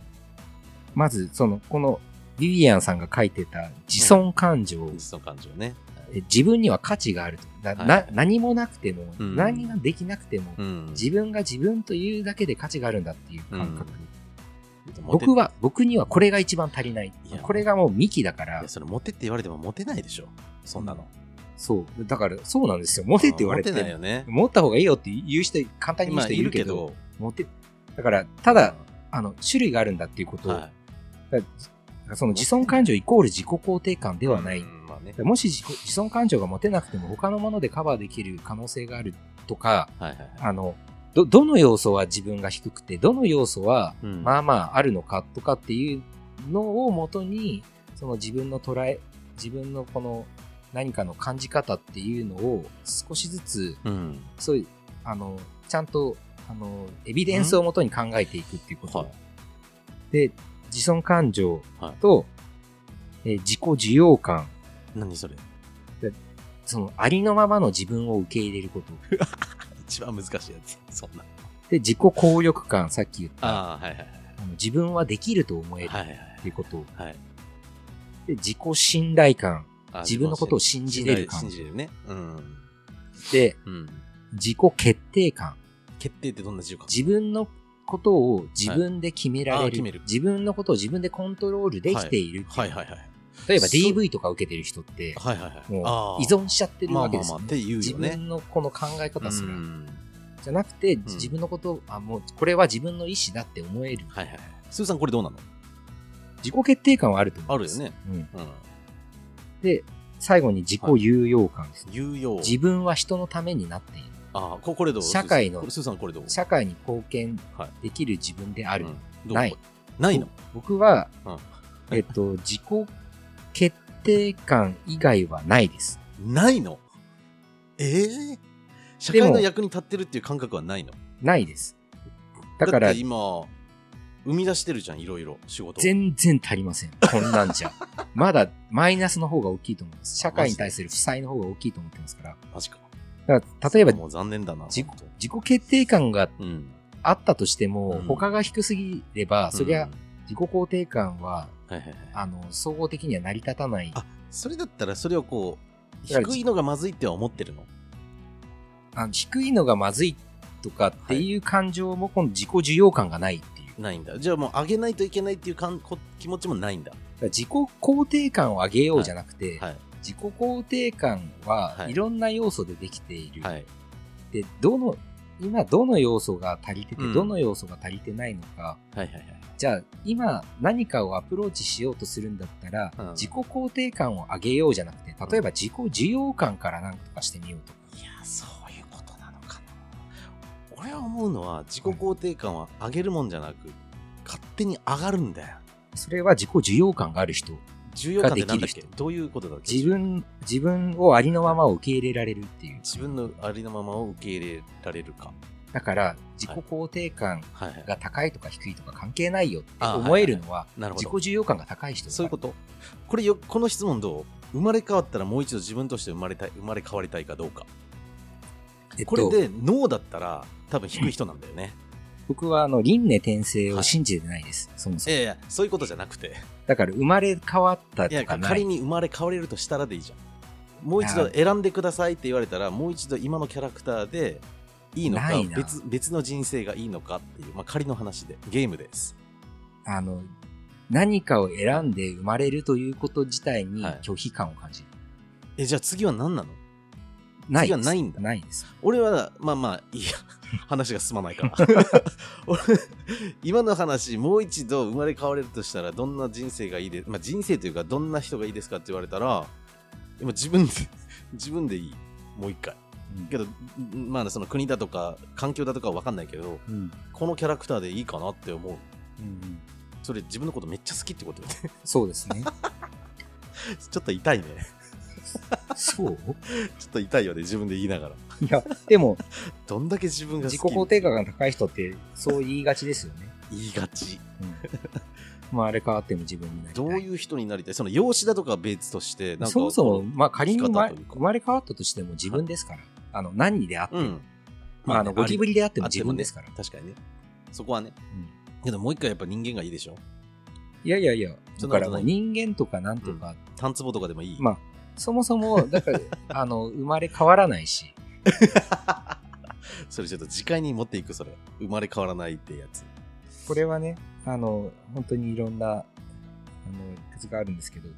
Speaker 2: まずその、このビビアンさんが書いてた自尊感情、
Speaker 1: うんその感情ね
Speaker 2: え自分には価値があると。な
Speaker 1: はい
Speaker 2: な何もなくても、
Speaker 1: うん
Speaker 2: 何ができなくても、
Speaker 1: うん
Speaker 2: 自分が自分というだけで価値があるんだっていう感覚。
Speaker 1: モテ
Speaker 2: 僕は、僕にはこれが一番足りない
Speaker 1: いや。
Speaker 2: これがもう幹だから
Speaker 1: いや。それモテって言われてもモテないでしょそんなの
Speaker 2: そう。だから、そうなんですよ。モテって言われて。
Speaker 1: モテないよね
Speaker 2: 持った方がいいよって言う人、簡単に言う
Speaker 1: 今
Speaker 2: 人
Speaker 1: い
Speaker 2: い
Speaker 1: る
Speaker 2: るけ
Speaker 1: け
Speaker 2: ど、
Speaker 1: ど
Speaker 2: モテ、だから、ただ、あの、種類があるんだっていうことを、
Speaker 1: は
Speaker 2: その自尊感情イコール自己肯定感
Speaker 1: い
Speaker 2: ではない。
Speaker 1: うんまあね
Speaker 2: もし自己自尊感情が持てなくても他のものでカバーできる可能性があるとか、
Speaker 1: はいはいはい
Speaker 2: あの、ど、どの要素は自分が低くて、どの要素は、
Speaker 1: うん
Speaker 2: まあまああるのかとかっていうのをもとに、その自分の捉え、自分のこの何かの感じ方っていうのを少しずつ
Speaker 1: うん
Speaker 2: そういう、あの、ちゃんと、あの、エビデンスをもとに考えていくっていうこと。
Speaker 1: はい
Speaker 2: で、自尊感情と、えー自己需要感、
Speaker 1: 何それ
Speaker 2: そのありのままの自分を受け入れること。
Speaker 1: 一番難しいやつそんな
Speaker 2: で、自己効力感、さっき言った、あ
Speaker 1: ああはいはい
Speaker 2: の自分はできると思える
Speaker 1: はいはい
Speaker 2: っていうこと。
Speaker 1: はいはい
Speaker 2: で、自己信頼感、
Speaker 1: あ
Speaker 2: 自分のことを信じれる感
Speaker 1: 信じれるねうん
Speaker 2: で、
Speaker 1: うん
Speaker 2: 自己決定感、
Speaker 1: 決定ってどんな字を書く
Speaker 2: 自分のことを自分で決められ
Speaker 1: は
Speaker 2: る,、
Speaker 1: いあー決める
Speaker 2: 自分のことを自分でコントロールできているっていう
Speaker 1: はいはいはい
Speaker 2: 例えば
Speaker 1: そう
Speaker 2: DV とか受けてる人って、
Speaker 1: はいはいはい
Speaker 2: も
Speaker 1: あ
Speaker 2: う
Speaker 1: ー
Speaker 2: 依存しちゃってるわけですよ、
Speaker 1: まあまあまあ
Speaker 2: ね
Speaker 1: っていう
Speaker 2: 自
Speaker 1: よね
Speaker 2: 分のこの考え
Speaker 1: う
Speaker 2: 方すら、
Speaker 1: ん
Speaker 2: じゃなくて、自分のことを、あ、もうこれは自分の意思だって思える。
Speaker 1: はいはいスーさんこれどうなの
Speaker 2: 自己決定感はあると思
Speaker 1: あ
Speaker 2: うん
Speaker 1: る
Speaker 2: で
Speaker 1: よ
Speaker 2: す。
Speaker 1: ね
Speaker 2: うん
Speaker 1: うん
Speaker 2: で、最後に自己有用感ですね、
Speaker 1: 有用
Speaker 2: 自分は人のためになっている。
Speaker 1: あーここれどう
Speaker 2: 社会の
Speaker 1: スーさんこれスーさんこれどう
Speaker 2: 社会に貢献
Speaker 1: はい
Speaker 2: できる自分である。
Speaker 1: うんどう
Speaker 2: ない
Speaker 1: ないの
Speaker 2: 僕は、
Speaker 1: うん
Speaker 2: えっと、自己決定感以外はないです。
Speaker 1: ないのええ社会の役に立ってるっていう感覚はないの
Speaker 2: ないです。だから
Speaker 1: って、今生み出してるじゃんいろいろ仕事
Speaker 2: 全然足りません。こんなんじゃ。 まだマイナスの方が大きいと思います。社会に対する負債の方が大きいと思ってますから。
Speaker 1: マジか
Speaker 2: だから例えば、
Speaker 1: もう残念だな
Speaker 2: 自己
Speaker 1: 本
Speaker 2: 自己決定感が
Speaker 1: 当うん
Speaker 2: あったとしても、
Speaker 1: うん
Speaker 2: 他が低すぎれば、そりゃ
Speaker 1: うん
Speaker 2: 自己肯定感は、
Speaker 1: はいはいはい
Speaker 2: あの、総合的には成り立たない。
Speaker 1: あそれだったらそれをこう
Speaker 2: だから
Speaker 1: 低いのがまずいっては思ってるの
Speaker 2: あの低いのがまずいとかっていう感情も、今度自己需要感がないっていう。
Speaker 1: ないんだじゃあもう上げないといけないっていうかんこ気持ちもないんだ
Speaker 2: だから自己肯定感を上げようじゃなくて、
Speaker 1: はい
Speaker 2: 自己肯定感は
Speaker 1: はい
Speaker 2: いろんな要素でできている。
Speaker 1: はい
Speaker 2: でどの今どの要素が足りてて、
Speaker 1: うん
Speaker 2: どの要素が足りてないのか
Speaker 1: はいはいはい
Speaker 2: じゃあ今何かをアプローチしようとするんだったら、
Speaker 1: うん
Speaker 2: 自己肯定感を上げようじゃなくて例えば自己需要感から何とかしてみようとか、
Speaker 1: いやそういうことなのかな俺は思うのは自己肯定感は上げるもんじゃなく勝手に上がるんだよ
Speaker 2: それは自己需要感がある人
Speaker 1: 重要感ってなんだ
Speaker 2: が
Speaker 1: っ
Speaker 2: でき
Speaker 1: け
Speaker 2: る人
Speaker 1: どういうことだっけ
Speaker 2: 自分自分をありのままを受け入れられるっていう
Speaker 1: 自分のありのままを受け入れられるか
Speaker 2: だから自己肯定感
Speaker 1: はいはい
Speaker 2: が高いとか低いとか関係ないよって
Speaker 1: あ
Speaker 2: 思えるのは
Speaker 1: なるほ
Speaker 2: 自己
Speaker 1: ど
Speaker 2: 需要感が高い人だから
Speaker 1: そういうことこれよこの質問どう生まれ変わったらもう一度自分として生まれたい生まれ変わりたいかどうか
Speaker 2: えっと
Speaker 1: これでノーだったら多分低い人なんだよね
Speaker 2: 僕はあの輪廻転生を信じてないです、そもそ
Speaker 1: い
Speaker 2: も
Speaker 1: やいやそういうことじゃなくて
Speaker 2: だから生まれ変わった
Speaker 1: い
Speaker 2: と
Speaker 1: や
Speaker 2: かない
Speaker 1: 仮に生まれ変われるとしたらでいいじゃんもう一度選んでくださいって言われたらもう一度今のキャラクターでいいのか
Speaker 2: ないな
Speaker 1: 別別の人生がいいのかっていう、まあ、仮の話でゲームです
Speaker 2: あの何かを選んで生まれるということ自体に
Speaker 1: はい
Speaker 2: 拒否感を感じる、
Speaker 1: えじゃあ次は何なの
Speaker 2: ないです
Speaker 1: 次はないんだ
Speaker 2: ないです
Speaker 1: 俺はまあまあ いいや話が進まないから俺今の話もう一度生まれ変われるとしたらどんな人生がいいで、まあ、人生というかどんな人がいいですかって言われたら今自分で 自分でいいもう一回
Speaker 2: うん
Speaker 1: けどんまあその国だとか環境だとかは分かんないけど
Speaker 2: うん
Speaker 1: このキャラクターでいいかなって思う
Speaker 2: うん
Speaker 1: それ自分のことめっちゃ好きってことよね
Speaker 2: そうですね
Speaker 1: ちょっと痛いね
Speaker 2: そう
Speaker 1: ちょっと痛いよね自分で言いながら
Speaker 2: いやでも
Speaker 1: どんだけ自分が好き
Speaker 2: 自己肯定感が高い人ってそう言いがちですよね、
Speaker 1: 言いがち
Speaker 2: うん、 生まれ変わっても自分になりた
Speaker 1: どういう人になりたいその容姿だとかは別としてなんか
Speaker 2: そもそも、まあ、仮に生ま
Speaker 1: 生き方というか
Speaker 2: 生まれ変わったとしても自分ですから、あの何に出会っても、
Speaker 1: うん
Speaker 2: まあ、あのゴキブ
Speaker 1: リ
Speaker 2: リであっても自分ですから、
Speaker 1: 確かにねそこはね
Speaker 2: うん
Speaker 1: けどもう一回やっぱ人間がいいでしょ
Speaker 2: いやいやいや、
Speaker 1: そ
Speaker 2: だ
Speaker 1: んな
Speaker 2: か
Speaker 1: こと
Speaker 2: らもう人間とかなんとか、
Speaker 1: タンツボとかでもいい、
Speaker 2: まそもそも、だから、 あの、生まれ変わらないし、
Speaker 1: それちょっと次回に持っていくそれ生まれ変わらないってやつ
Speaker 2: これはね、あの、本当にいろんな、あの、理屈があるんですけど、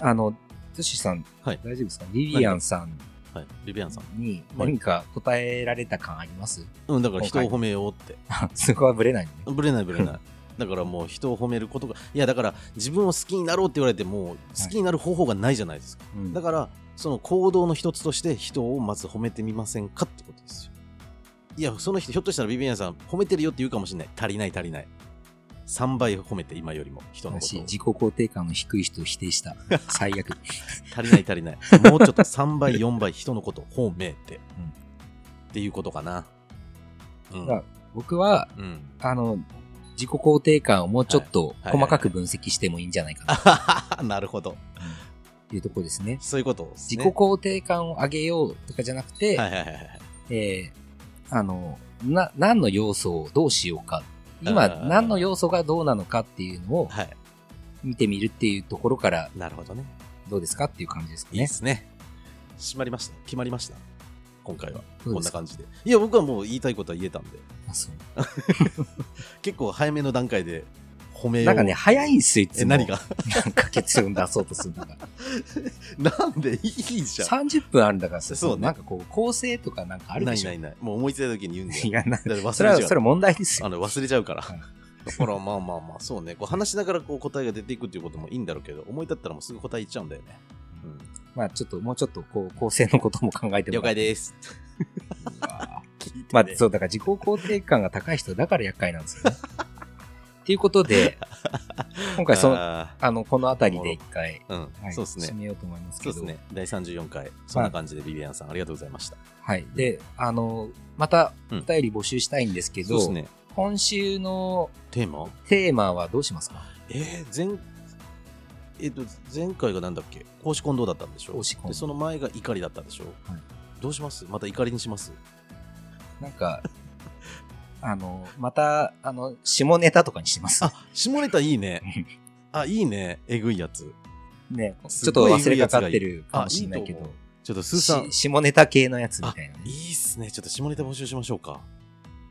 Speaker 2: あの、トシさん、
Speaker 1: はい
Speaker 2: 大丈夫ですかリリアンさん
Speaker 1: はいリビアンさん
Speaker 2: に
Speaker 1: はい
Speaker 2: 何か答えられた感あります、
Speaker 1: うんだから人を褒めようって
Speaker 2: あそこはブレないね。
Speaker 1: ぶれないぶれ ないだからもう人を褒めることがいやだから自分を好きになろうって言われても好きになる方法がないじゃないですか、
Speaker 2: うん
Speaker 1: だからその行動の一つとして人をまず褒めてみませんかってことですよいやその人ひょっとしたらビビアンさん褒めてるよって言うかもしれない足りない足りない3倍褒めて今よりも人のこと
Speaker 2: 私
Speaker 1: を
Speaker 2: 自己肯定感の低い人を否定した。最 悪。
Speaker 1: 足りない足りないもうちょっと3倍4倍人のことを褒めて、
Speaker 2: うん
Speaker 1: っていうことかなうん
Speaker 2: だから僕は、
Speaker 1: うん
Speaker 2: あの、自己肯定感をもうちょっと
Speaker 1: はい
Speaker 2: 細かく分析してもいいんじゃないかな
Speaker 1: あはははなるほど
Speaker 2: っていうところですね。
Speaker 1: そういうことです
Speaker 2: 自
Speaker 1: ね
Speaker 2: 己肯定感を上げようとかじゃなくて、
Speaker 1: はいはいはいはい
Speaker 2: えーあの、な、何の要素をどうしようか。今、
Speaker 1: うん
Speaker 2: 何の要素がどうなのかっていうのを
Speaker 1: はい
Speaker 2: 見てみるっていうところから
Speaker 1: なるほどね。
Speaker 2: どうですかっていう感じですか
Speaker 1: いいで
Speaker 2: ね。
Speaker 1: すね。締まりました。決まりました。今回は。
Speaker 2: ど
Speaker 1: こん
Speaker 2: うで
Speaker 1: な
Speaker 2: すか
Speaker 1: 感じで。いや、僕はもう言いたいことは言えたんで、
Speaker 2: あそう
Speaker 1: 結構早めの段階で褒めよう。
Speaker 2: なんかね、早いんすよ、いつ
Speaker 1: え、
Speaker 2: も。
Speaker 1: 何が
Speaker 2: なんか結論出そうとするのが。
Speaker 1: なんでいい じゃん。
Speaker 2: 30分あるんだからさ、
Speaker 1: そうね
Speaker 2: なんかこう、構成とかなんかある
Speaker 1: な
Speaker 2: で
Speaker 1: い
Speaker 2: しょ。
Speaker 1: ないない。もう思いついた時に言うんだ
Speaker 2: い
Speaker 1: よ。
Speaker 2: や、
Speaker 1: だ
Speaker 2: な
Speaker 1: って
Speaker 2: そ
Speaker 1: 忘
Speaker 2: れ
Speaker 1: れ
Speaker 2: は、
Speaker 1: ちゃ
Speaker 2: そうれ。問題です
Speaker 1: あ
Speaker 2: よ。
Speaker 1: の忘れちゃうから
Speaker 2: はい。
Speaker 1: だからまあまあまあ、そうね。こう話しながらこう答えが出ていくっていうこともいいんだろうけど、思い立ったらもうすぐ答え言っちゃうんだよね。うん
Speaker 2: まあ、ちょっと、もうちょっと、こう、構成のことも考えて
Speaker 1: 了
Speaker 2: もらっ
Speaker 1: 解
Speaker 2: て。
Speaker 1: です。
Speaker 2: うわー
Speaker 1: 聞いて
Speaker 2: まあ
Speaker 1: ね、
Speaker 2: そう、だから自己肯定感が高い人だから厄介なんですよね。ということで、今回その、あ
Speaker 1: あ
Speaker 2: の、この辺りで一回、
Speaker 1: ーうん、
Speaker 2: はい、
Speaker 1: そうです
Speaker 2: 締
Speaker 1: ね。
Speaker 2: めようと思います
Speaker 1: そ
Speaker 2: け
Speaker 1: うです
Speaker 2: ど、
Speaker 1: ね。第34回、そんな感じでビビアンさん、ありがとうございました。
Speaker 2: はい。で、あの、また、お
Speaker 1: うん
Speaker 2: 便り募集したいんですけ
Speaker 1: そ
Speaker 2: ど、
Speaker 1: うですね。
Speaker 2: 今週の
Speaker 1: テーマ
Speaker 2: テーマはどうしますか
Speaker 1: えー、前、えっ、と、前回がなんだっけ公私混同だったんでしょ
Speaker 2: 公私混同
Speaker 1: で、その前が怒りだったんでしょ
Speaker 2: はい
Speaker 1: どうしますまた怒りにします
Speaker 2: なんか、 あの、また、あの、下ネタとかにします。
Speaker 1: あ、下ネタいい ね。あ、いいね。えぐいやつ。
Speaker 2: ね、ちょ
Speaker 1: す
Speaker 2: っと
Speaker 1: ごい
Speaker 2: 忘れかかってるかもし
Speaker 1: い
Speaker 2: れ
Speaker 1: い
Speaker 2: な
Speaker 1: と思
Speaker 2: いけど
Speaker 1: う、。ちょっとスーさん
Speaker 2: し、下ネタ系のやつみたいなね。
Speaker 1: いいっすね。ちょっと下ネタ募集しましょうか。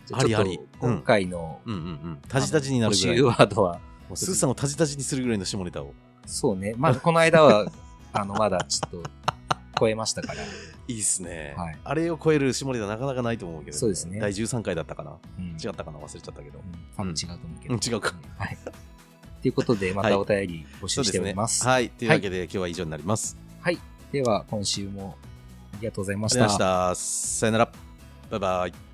Speaker 2: じゃ
Speaker 1: ありあり
Speaker 2: ちょっと
Speaker 1: うん
Speaker 2: 今回の、
Speaker 1: うんうんうん。タジタジになるぐら
Speaker 2: あ
Speaker 1: い。
Speaker 2: の
Speaker 1: も
Speaker 2: 募集ワードは、
Speaker 1: うスーさんをタジタジにするぐらいの下ネタを。
Speaker 2: そうね、まあ、この間は、 あの、まだちょっと、超えましたから、
Speaker 1: いいっすね。
Speaker 2: はい
Speaker 1: あれを超える下ネタなかなかないと思うけど。
Speaker 2: そうですね
Speaker 1: 第13回だったかな
Speaker 2: うん、
Speaker 1: 違ったかな忘れちゃったけど
Speaker 2: う。ん多分違うと思うけど。
Speaker 1: うん違うか。
Speaker 2: はい。ということで、またお便り募
Speaker 1: そ
Speaker 2: 集
Speaker 1: うで
Speaker 2: して
Speaker 1: す
Speaker 2: おり
Speaker 1: ね。
Speaker 2: ます。
Speaker 1: はい。というわけで今日は以上になります。
Speaker 2: はい。では、今週もありがとうございま
Speaker 1: あ
Speaker 2: し
Speaker 1: りがとうご
Speaker 2: た
Speaker 1: ざいまし。た。さよなら。バイバイ。